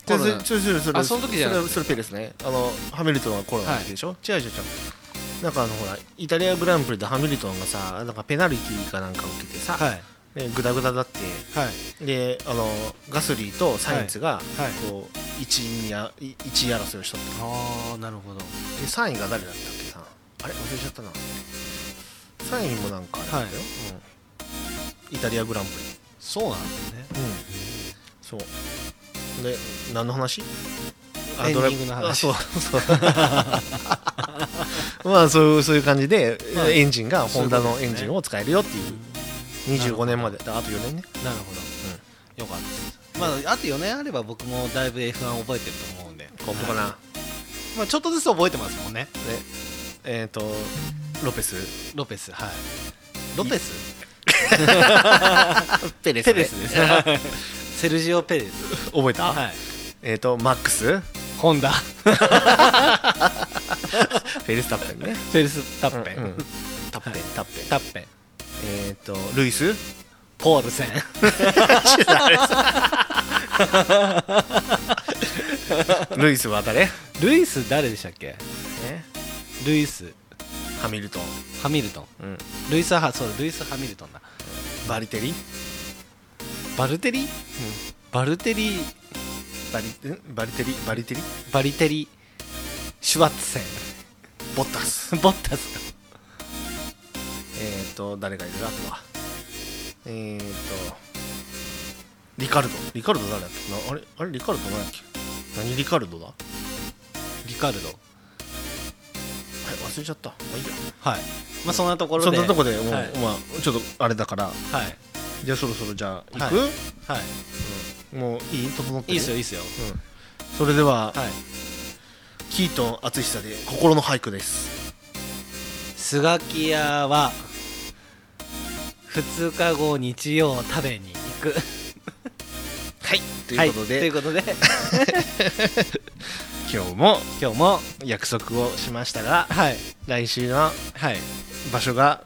Speaker 2: コロナ
Speaker 3: それそれそれ
Speaker 2: あその時じゃなく
Speaker 3: そ
Speaker 2: て
Speaker 3: れそれペレスねあのハミルトンはコロナの時でしょ、違う違う違うなんかあのほらイタリアグランプリでハミルトンがさなんかペナルティーかなんか受けてさ、
Speaker 2: はい
Speaker 3: ね、グダグダだって
Speaker 2: はい
Speaker 3: であのガスリーとサインツが、
Speaker 2: いはい
Speaker 3: こう一位にあい一位争いをしとった
Speaker 2: ああなるほど
Speaker 3: で3位が誰だったっけさあれ忘れちゃったな3位もなんかあれだったよ、うんイタリアグランプ
Speaker 2: そうなんですね
Speaker 3: リうんそうで何の話
Speaker 2: エンディングの話
Speaker 3: あそうそう まあそういうそういう感じで、
Speaker 2: はい
Speaker 3: エンジンがホンダ
Speaker 2: そういうことです
Speaker 3: のエン
Speaker 2: ね
Speaker 3: ジンを使えるよっていう25年まであと4年ね
Speaker 2: なるほど、よかったですまああと4年あれば僕もだいぶ F1 覚えてると思うんで
Speaker 3: ここかな、
Speaker 2: まあちょっとずつ覚えてますもんね
Speaker 3: えっ、とロペス
Speaker 2: ロペスはいロペス
Speaker 3: ペ レ
Speaker 2: ペレスですセルジオ・ペレス
Speaker 3: 覚えた、
Speaker 2: はい
Speaker 3: えっ、とマックスフ
Speaker 2: ホンダ
Speaker 3: ェルスタッペンね
Speaker 2: フェルスタッペン、
Speaker 3: うんうんタッペンタッペン
Speaker 2: タッペン
Speaker 3: えっ、とルイス
Speaker 2: ポールセン
Speaker 3: ルイスは誰
Speaker 2: ルイス誰でしたっけ
Speaker 3: ね
Speaker 2: ルイス
Speaker 3: ハミルトン、
Speaker 2: ハミルトン
Speaker 3: うん、
Speaker 2: ルイスはそうだルイス・ハミルトンだ
Speaker 3: バリテリ
Speaker 2: バルテリ、バルテリ
Speaker 3: バリんバリテリバリテリ
Speaker 2: バリテリシュワッツセン
Speaker 3: ボッタス
Speaker 2: ボッタス
Speaker 3: えっ、と誰がいるあとはえっ、とリカルドリカルド誰だっけなあれあれリカルド何だっけ何リカルドだはい
Speaker 2: リカルド
Speaker 3: 忘れちゃったまあいいや
Speaker 2: はいまあそんなところ
Speaker 3: そん
Speaker 2: で
Speaker 3: なとこでもう、
Speaker 2: はい
Speaker 3: まあちょっとあれだから
Speaker 2: はい
Speaker 3: じゃあそろそろじゃあ
Speaker 2: は
Speaker 3: 行
Speaker 2: い
Speaker 3: く、
Speaker 2: はい
Speaker 3: もういい整って
Speaker 2: い
Speaker 3: る
Speaker 2: いっすよいいっすよ
Speaker 3: それでは、
Speaker 2: はい
Speaker 3: キートン淳久で心の俳句です
Speaker 2: スガキ屋は2日後日曜食べに行く
Speaker 3: はいと
Speaker 2: は
Speaker 3: いうことで、
Speaker 2: ということで
Speaker 3: 今日も
Speaker 2: 今日も
Speaker 3: 約束をしましたが
Speaker 2: はい
Speaker 3: 来週の
Speaker 2: はい
Speaker 3: 場所が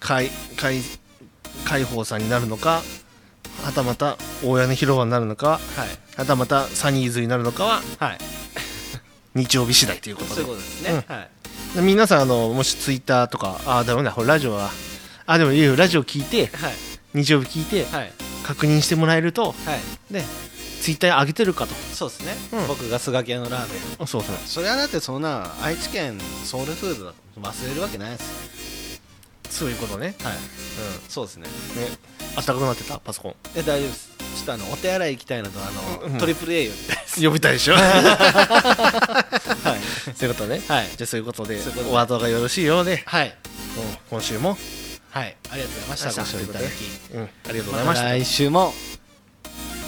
Speaker 3: 開開開放さんになるのかはたまた大屋根広場になるのか
Speaker 2: はい
Speaker 3: はたまたサニーズになるのかは
Speaker 2: はい
Speaker 3: 日曜日次第ということ
Speaker 2: そうい
Speaker 3: で
Speaker 2: うことですね、はい
Speaker 3: で皆さんあのもしツイッターとかああだめだほらラジオはあでもいいよラジオ聞いて
Speaker 2: はい
Speaker 3: 日曜日聞いて
Speaker 2: はい
Speaker 3: 確認してもらえると
Speaker 2: はい
Speaker 3: ねツイッターに上げてるかと
Speaker 2: そうですね、
Speaker 3: うん
Speaker 2: 僕がスガキ屋のラーメンを
Speaker 3: そうそう
Speaker 2: それはだってそんな愛知県ソウルフードだ忘れるわけないですよ
Speaker 3: そういうことね
Speaker 2: はいそうですね
Speaker 3: うんねあったかくなってたパソコン
Speaker 2: え大丈夫ですちょっとあのお手洗い行きたいのとあの、
Speaker 3: うん
Speaker 2: トリプル A より
Speaker 3: 呼びたいでしょ
Speaker 2: はい
Speaker 3: そういうことね
Speaker 2: はい
Speaker 3: じゃあそういうことで
Speaker 2: そういうことで
Speaker 3: お後がよろしいようで
Speaker 2: はい
Speaker 3: うん今週も
Speaker 2: はいありがとうございまし
Speaker 3: 明日
Speaker 2: たご視聴いただき
Speaker 3: うんありがとうござ
Speaker 2: ま
Speaker 3: いま
Speaker 2: た
Speaker 3: した
Speaker 2: 来週も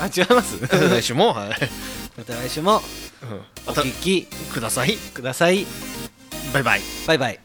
Speaker 2: あ違 います
Speaker 3: 来週もはい
Speaker 2: また来週も
Speaker 3: うん
Speaker 2: お
Speaker 3: また
Speaker 2: 聞き
Speaker 3: ください
Speaker 2: ください
Speaker 3: バイバイ
Speaker 2: バイバイ